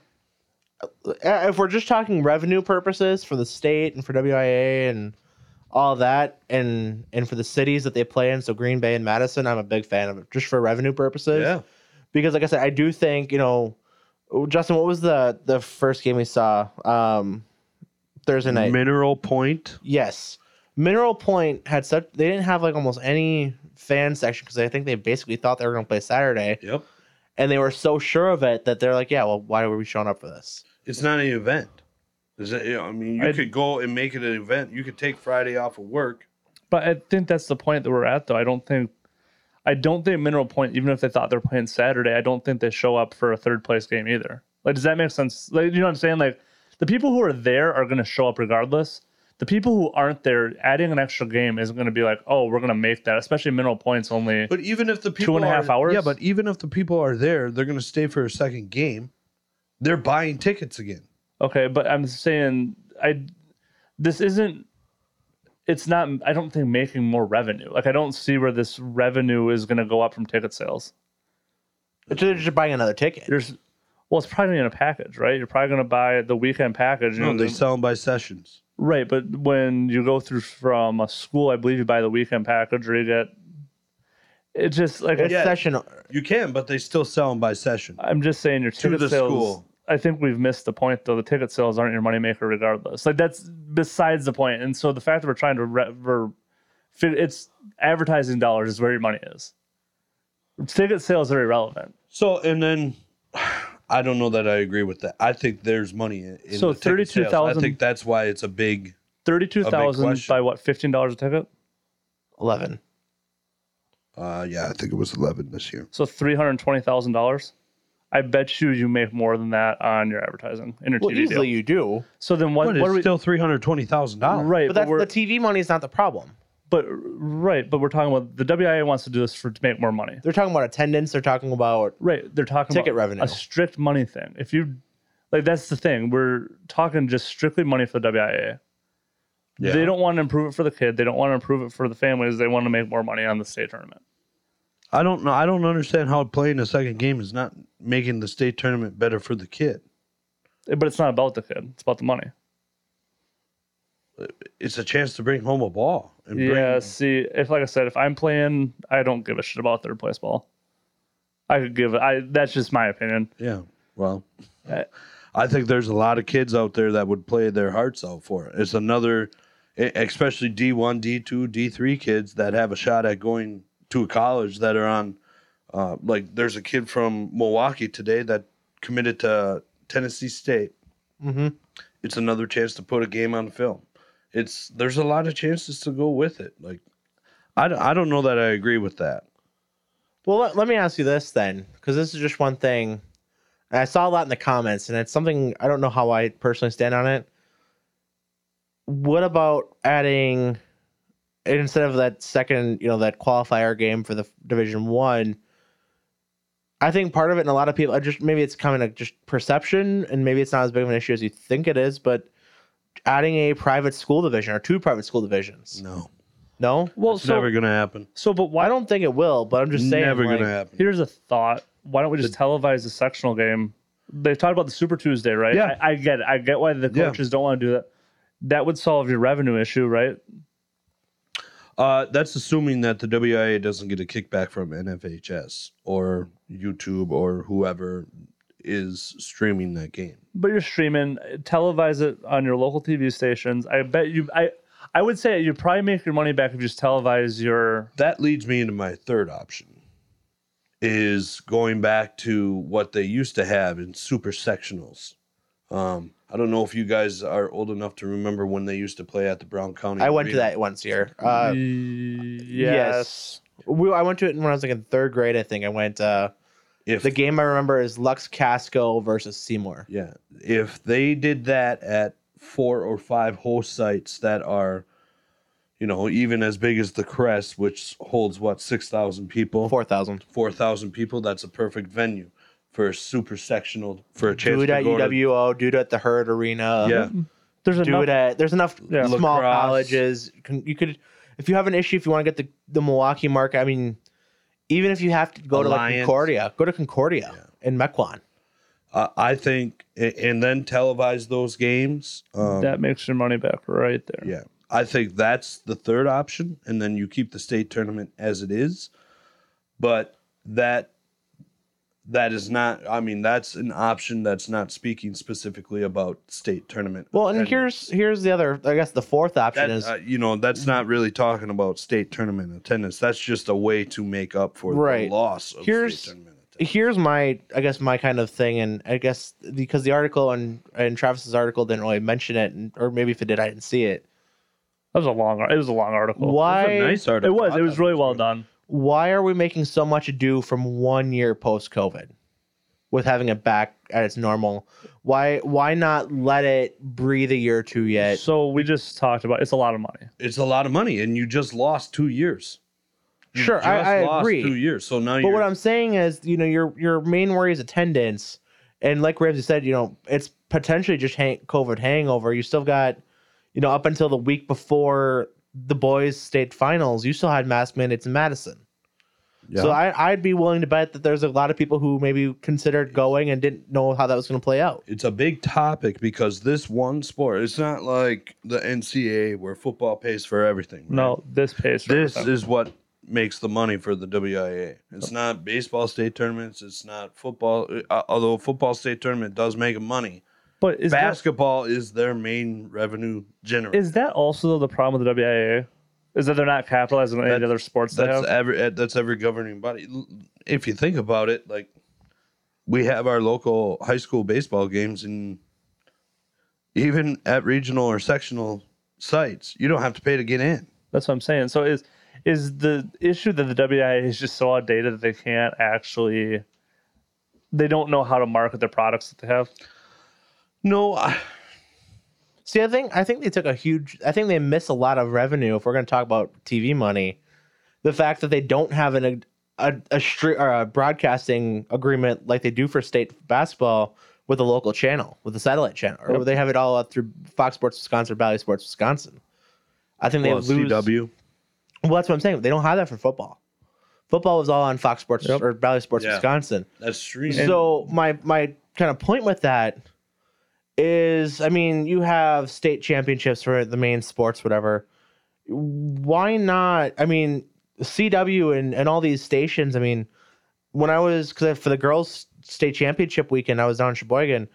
Uh, If we're just talking revenue purposes for the state and for WIA and all that and and for the cities that they play in, so Green Bay and Madison, I'm a big fan of it just for revenue purposes. Yeah. Because like I said, I do think, you know, Justin, what was the the first game we saw um Thursday night? Mineral Point. Yes. Mineral Point had such they didn't have like almost any fan section because I think they basically thought they were gonna play Saturday Yep. and they were so sure of it that they're like, Yeah, well, why were we showing up for this? It's not an event. Is it, you know, I mean, you I- could go and make it an event. You could take Friday off of work. But I think that's the point that we're at though. I don't think, I don't think Mineral Point, even if they thought they're playing Saturday, I don't think they show up for a third place game either. Like, does that make sense? Like, you know what I'm saying? Like, the people who are there are going to show up regardless. The people who aren't there, adding an extra game isn't going to be like, oh, we're going to make that. Especially Mineral Points only. But even if the people and a are- half hours? yeah, but even if the people are there, they're going to stay for a second game. They're buying tickets again. Okay, but I'm saying I, this isn't. It's not. I don't think making more revenue. Like I don't see where this revenue is going to go up from ticket sales. It's just- They're just buying another ticket. there's well it's probably in a package right you're probably going to buy the weekend package No, and- they sell them by sessions. right but when you go through from a school i believe you buy the weekend package or you get it's just like It's I, Yeah. session You can, but they still sell them by session. i'm just saying your ticket the sales school. i think we've missed the point though the ticket sales aren't your moneymaker regardless like that's besides the point and so the fact that we're trying to re- we're, fi- it's advertising dollars is where your money is ticket sales are irrelevant So, and then I don't know that I agree with that. I think there's money in, in So the ticket sales. 32,000 I think that's why it's a big. 32000 question. by what $15 a ticket eleven. Uh, yeah, I think it was eleven this year. So three hundred twenty thousand dollars. I bet you you make more than that on your advertising in your Well, TV easily deal. you do, So then what? But what are it's we? still three hundred twenty thousand dollars. right, but but, that's we're the TV money is not the problem. but right, but we're talking about the WIA wants to do this for to make more money. They're talking about attendance. They're talking about Right, they're talking Ticket about revenue. a strict money thing. If you like that's the thing. We're talking just strictly money for the WIA. Yeah. They don't want to improve it for the kid. They don't want to improve it for the families. They want to make more money on the state tournament. I don't know. I don't understand how playing a second game is not making the state tournament better for the kid. But it's not about the kid. It's about the money. It's a chance to bring home a ball. And bring- Yeah, see, if like I said, if I'm playing, I don't give a shit about third place ball. I could give I that's just my opinion. Yeah. Well, Uh, I think there's a lot of kids out there that would play their hearts out for it. It's another, e- especially D1, D2, D3 kids that have a shot at going to a college that are on, uh, like, there's a kid from Milwaukee today that committed to Tennessee State. Mm-hmm. It's another chance to put a game on film. It's there's a lot of chances to go with it. Like, I, d- I don't know that I agree with that. Well, let, let me ask you this then, because this is just one thing. And I saw a lot in the comments, and it's something I don't know how I personally stand on it. What about adding instead of that second, you know, that qualifier game for the Division One? I think part of it, and a lot of people, I just maybe it's kind of just perception, and maybe it's not as big of an issue as you think it is. But adding a private school division or two private school divisions, No, no, Well, it's so never gonna happen. so but I why don't think it will. But I'm just saying, never like, gonna happen. Here's a thought. Why don't we just televise the sectional game? They've talked about the Super Tuesday, right? Yeah. I, I get it. I get why the Yeah. coaches don't want to do that. That would solve your revenue issue, right? Uh, that's assuming that the WIA doesn't get a kickback from NFHS or YouTube or whoever is streaming that game. But you're streaming, televise it on your local TV stations. I bet you I I would say you probably make your money back if you just televise your That leads me into my third option is going back to what they used to have in super sectionals. Um, I don't know if you guys are old enough to remember when they used to play at the Brown County. I went to Arena. that once year. Uh, yes. We, I went to it when I was like in third grade, I think. I went. Uh, If the game I remember is Lux Casco versus Seymour. Yeah. If they did that at four or five host sites that are, you know, even as big as the Crest, which holds what, 6,000 people? Four thousand. 4,000 people, that's a perfect venue for a super sectional, for a chance Do it to at go to- UWO. Do it at the Herd Arena. Yeah. There's Do enough it at. There's enough Yeah. small Lacrosse. colleges. Can, you could, if you have an issue, if you want to get the the Milwaukee market. I mean, even if you have to go to like Alliance. Concordia, go to Concordia in Mequon. Uh, I think, a- and then televise those games. Um, that makes your money back right there. Yeah. I think that's the third option. And then you keep the state tournament as it is. But that that is not I mean, that's an option that's not speaking specifically about state tournament. Well, and attendance. here's here's the other. I guess the fourth option that, is uh, you know, that's not really talking about state tournament attendance. That's just a way to make up for Right. the loss of Here's- state tournament attendance. here's my i guess my kind of thing and i guess because the article and and travis's article didn't really mention it and, or maybe if it did i didn't see it That was a long ar- it was a long article. why That's a nice It article. was. I It was thought really that well good. done. why are we making so much ado from one year post covid with having it back at its normal why why not let it breathe a year or two yet So we just talked about it's a lot of money. It's a lot of money and you just lost 2 years. You Sure, I- just I lost agree. 2 years. So now But you're what I'm saying is, you know, your your main worry is attendance, and like Ramsey said, you know, it's potentially just hang- COVID hangover. You still got, you know, up until the week before the boys' state finals, you still had mask mandates in Madison. So I, I'd be willing to bet that there's a lot of people who maybe considered going and didn't know how that was going to play out. it's a big topic because this one sport it's not like the NCAA where football pays for everything. right? No, this pays. for this everything. is what makes the money for the WIA. It's not baseball state tournaments. It's not football. uh, Although football state tournament does make money, But is that, basketball is their main revenue generator. is that also the problem with the WIA? Is that they're not capitalizing on any of the That's- other sports they that's have? every uh, that's every governing body. L- If you think about it, like we have our local high school baseball games, and even at regional or sectional sites, you don't have to pay to get in. That's what I'm saying. So is is the issue that the WIA is just so outdated that they can't actually they don't know how to market the products that they have? No, I, See, I think I think they took a huge. I think they miss a lot of revenue. If we're going to talk about TV money, the fact that they don't have an a a, a, stri- or a broadcasting agreement like they do for state basketball, with a local channel, with a satellite channel, or Yep. they have it all out through Fox Sports Wisconsin or Valley Sports Wisconsin. I think Well, they lose. CW. Well, that's what I'm saying. They don't have that for football. Football was all on Fox Sports Yep. or Valley Sports Yeah. Wisconsin. That's streaming. so my my kind of point with that is, I mean, you have state championships for the main sports, whatever. Why not? I mean, CW and and all these stations. I mean, when I was because for the girls state championship weekend, I was down in Sheboygan.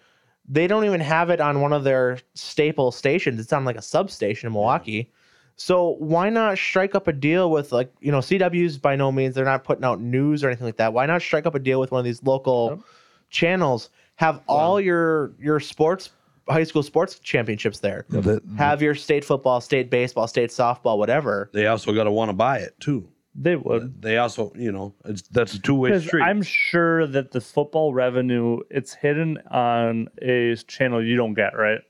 They don't even have it on one of their staple stations. It's on like a substation in Milwaukee. So why not strike up a deal with like you know CW's by no means they're not putting out news or anything like that. Why not strike up a deal with one of these local Yep. channels? Have all your your sports high school sports championships there. Have your state football, state baseball, state softball, whatever. they also got to want to buy it too. They would. They also, you know, it's, that's a two way Because street. I'm sure that the football revenue it's hidden on a channel you don't get, right?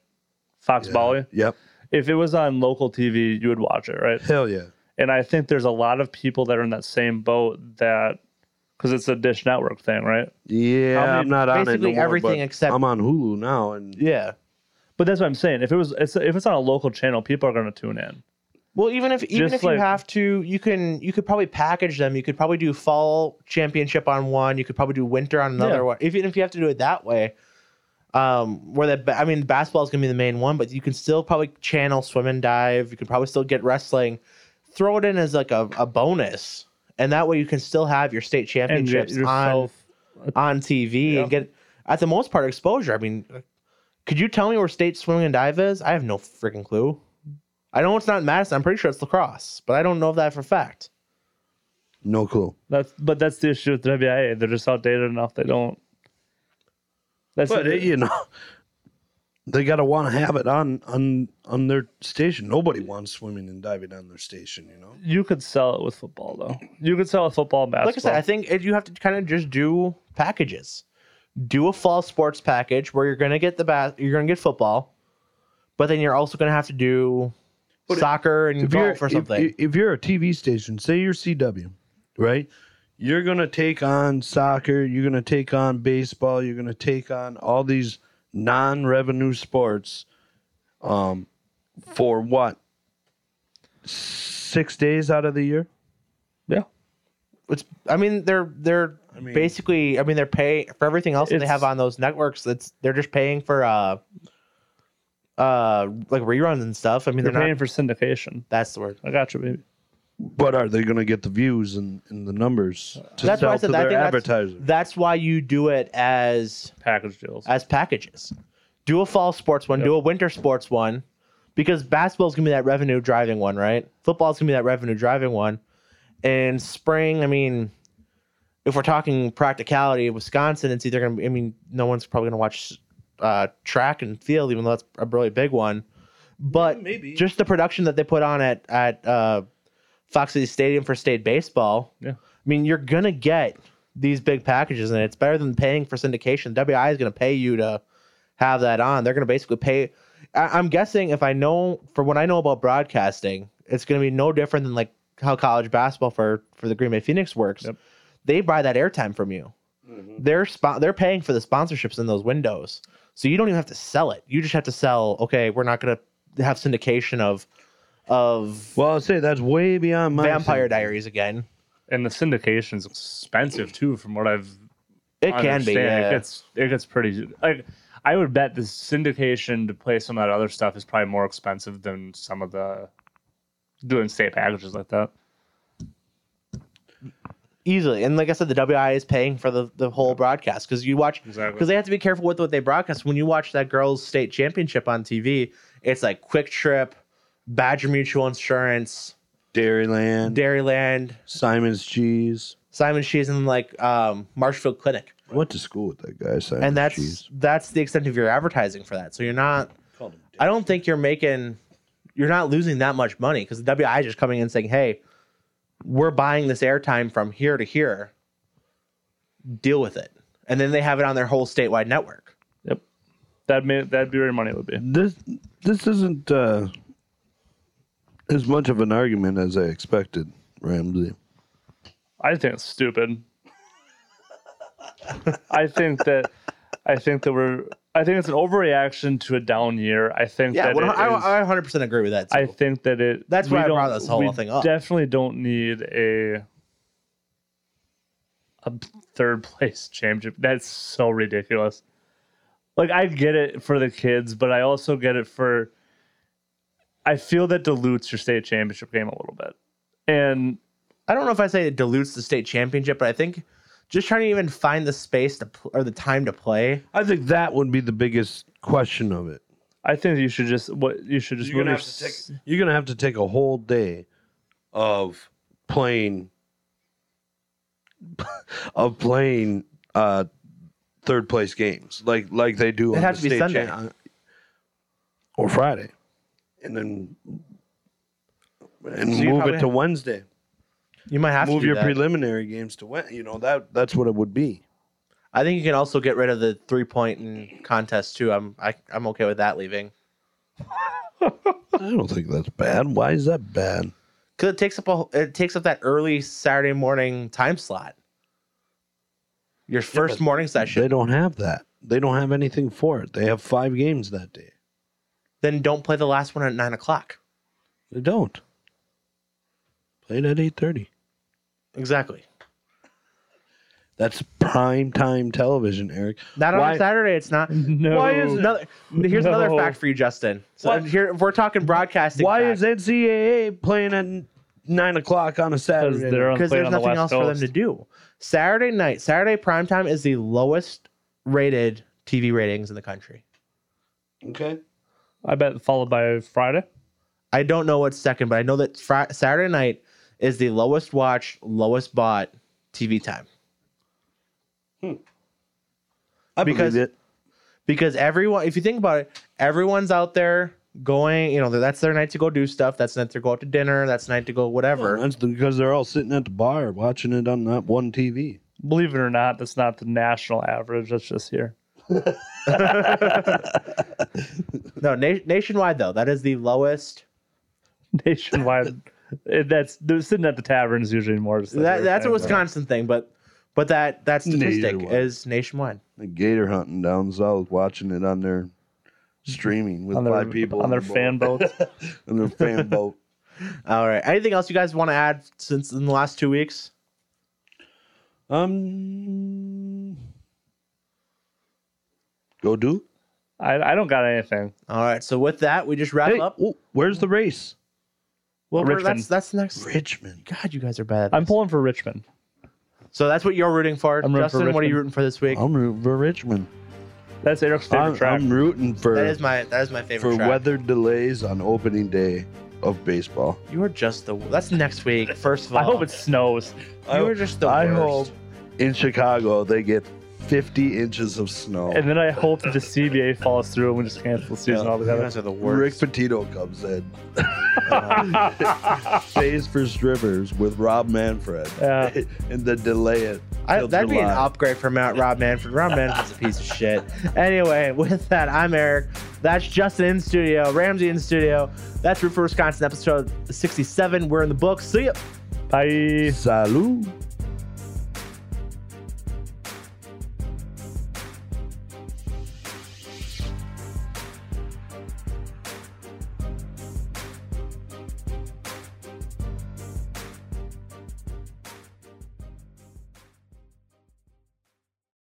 Fox Volley. Yep. If it was on local TV, you would watch it, right? Hell yeah. And I think there's a lot of people that are in that same boat that because it's a Dish Network thing, right? Yeah, How I'm many- not on it basically no more, everything but except- I'm on Hulu now, and Yeah. But that's what I'm saying. If it was, it's, if it's on a local channel, people are going to tune in. Well, even if even Just if like- you have to, you can you could probably package them. You could probably do fall championship on one. You could probably do winter on another Yeah. one. Even if you have to do it that way, um, where that I mean, basketball is gonna be the main one, but you can still probably channel swim and dive. You could probably still get wrestling. Throw it in as like a, a bonus, and that way you can still have your state And get championships on yourself. on TV and Yeah. get at the most part exposure. I mean, could you tell me where state swimming and dive is? I have no freaking clue. I know it's not Madison. I'm pretty sure it's lacrosse, but I don't know that for a fact. no clue. That's but that's the issue with the WIA. They're just outdated enough. They don't. That's uh, But you know, they got to want to have it on on on their station. Nobody wants swimming and diving on their station. You know, you could sell it with football though. You could sell it with football and basketball. Like I said, I think it- you have to kind of just do packages. Do a fall sports package where you're going to get the bas- you're going to get football, but then you're also going to have to do soccer and golf or something. If, you're a TV station, say you're CW, right? You're gonna take on soccer. You're gonna take on baseball. You're gonna take on all these non-revenue sports. Um, for what? Six days out of the year. yeah, it's I mean they're they're mean- basically I mean they're pay for everything else that they It's- have on those networks. That's they're just paying for uh uh like reruns and stuff. I mean you're they're, paying not for syndication. that's the word. I got you, baby. But are they going to get the views and, and the numbers to That's why sell I said to that. I their think advertisers? That's, that's why you do it as Package deals. as packages. Do a fall sports one. Do a winter sports one, because basketball's gonna be that revenue driving one, right? Football's gonna be that revenue driving one, and spring. I mean, if we're talking practicality, Wisconsin, it's either gonna. Be, I mean, no one's probably gonna watch uh, track and field, even though that's a really big one. But maybe. just the production that they put on at at uh, Fox City Stadium for state baseball. Yeah. I mean, you're gonna get these big packages, and it's better than paying for syndication. WI is gonna pay you to have that on. They're gonna basically pay. I, I'm guessing if I know for what I know about broadcasting, it's gonna be no different than like how college basketball for for the Green Bay Phoenix works. Yep. They buy that airtime from you. They're spo- they're paying for the sponsorships in those windows, so you don't even have to sell it. You just have to sell. Okay, we're not gonna have syndication of of well, I'll say that's way beyond my Vampire thing. Diaries again. and the syndication's expensive too, from what I've It can be. understand. Yeah. It gets it gets pretty like I would bet the syndication to play some of that other stuff is probably more expensive than some of the doing state packages like that. easily. And like I said, the WI is paying for the, the whole broadcast because you watch because Exactly. they have to be careful with what they broadcast. When you watch that girls' state championship on TV, it's like Quick Trip, Badger Mutual Insurance, Dairyland, Dairyland, Simon's Cheese. Simon She's, and like um, Marshfield Clinic, Went to school with that guy, Simon's and that's Cheese. that's the extent of your advertising for that. So you're not. I don't think you're making. You're not losing that much money because the WI is just coming in saying, "Hey, we're buying this airtime from here to here. Deal with it." And then they have it on their whole statewide network. Yep. That may that'd be where your money would be. This this isn't uh, as much of an argument as I expected, Ramsey. I think it's stupid. I think that I think that we're. I think it's an overreaction to a down year. I think Yeah, that well, it I, is- I 100% agree with that. Too. I think that it. That's we why I don't- brought this whole we thing up. Definitely don't need a a third place championship. That's so ridiculous. Like I get it for the kids, but I also get it for. I feel that dilutes your state championship game a little bit, and I don't know if I say it dilutes the state championship, but I think just trying to even find the space to pl- or the time to play. I think that would be the biggest question of it. I think you should just what you should just You're gonna move have to your take. You're gonna have to take a whole day of playing of playing uh, third place games like like they do. It'd on have to the be state Sunday. cha- or Friday, and then and So you move probably- it to Wednesday. You might have to Move do your that. preliminary games to Wed. You know that that's what it would be. I think you can also get rid of the three point and contest too. I'm I, I'm okay with that leaving I don't think that's bad. Why is that bad? because it takes up a whole- it takes up that early Saturday morning time slot. Your first but morning They session. don't have that. They don't have anything for it. They have five games that day. Then don't play the last one at nine o'clock. They don't. Played at eight thirty. Exactly. That's prime time television, Eric. Not on a Why- Saturday. It's not. No. Why is another? Here's another No. fact for you, Justin. So What? here, if we're talking broadcasting. Why facts, is NCAA playing at nine o'clock on a because Saturday? they're on, because playing there's on the nothing else West for them Coast. to do. Saturday night, Saturday primetime is the lowest rated TV ratings in the country. okay. I bet followed by Friday. I don't know what's second, but I know that Fri Saturday night is the lowest watched, lowest bought TV time I Because- believe it. because everyone, if you think about it, everyone's out there going, you know, that's their night to go do stuff. That's the night to go out to dinner. That's the night to go whatever. That's the- because they're all sitting at the bar watching it on that one TV. Believe it or not, that's not the national average. That's just here. No, na- nationwide though, that is the lowest. nationwide. It- that's they're sitting at the taverns usually more. just like That, that's a everything, but- Wisconsin thing, but but that that statistic Nationwide. is nationwide. The gator hunting down south, watching it on their streaming with on their five people on their the fan boats. boat. on their fan boat. All right. Anything else you guys want to add since in the last two weeks? Um, go do. I, I don't got anything. All right. So with that, we just wrap Hey, up. oh, where's the race? Well, we're- Richmond. that's that's next. Richmond. God, you guys are bad. at I'm this. pulling for Richmond. So that's what you're rooting for, I'm rooting for Justin. what are you Richmond. rooting for this week? I'm rooting for Richmond. That's Eric's favorite I'm, track. I'm rooting that for is my that is my favorite for track. weather delays on opening day of baseball. You are just the that's next week. First of all, I hope it snows. you are just the I worst. hope in Chicago they get 50 inches of snow. And then I hope that the CBA falls through and we just cancel the season Yeah. You altogether. guys are the Rick worst. Petito comes in, stays for strippers with Rob Manfred, Yeah. and then delay it. I, till that'd be an July. upgrade from Mount Rob Manfred. Rob Manfred's a piece of shit. Anyway, with that, I'm Eric. That's Justin in studio, Ramsey in studio. That's Root for Wisconsin episode 67. We're in the books. See ya. Bye. Salud.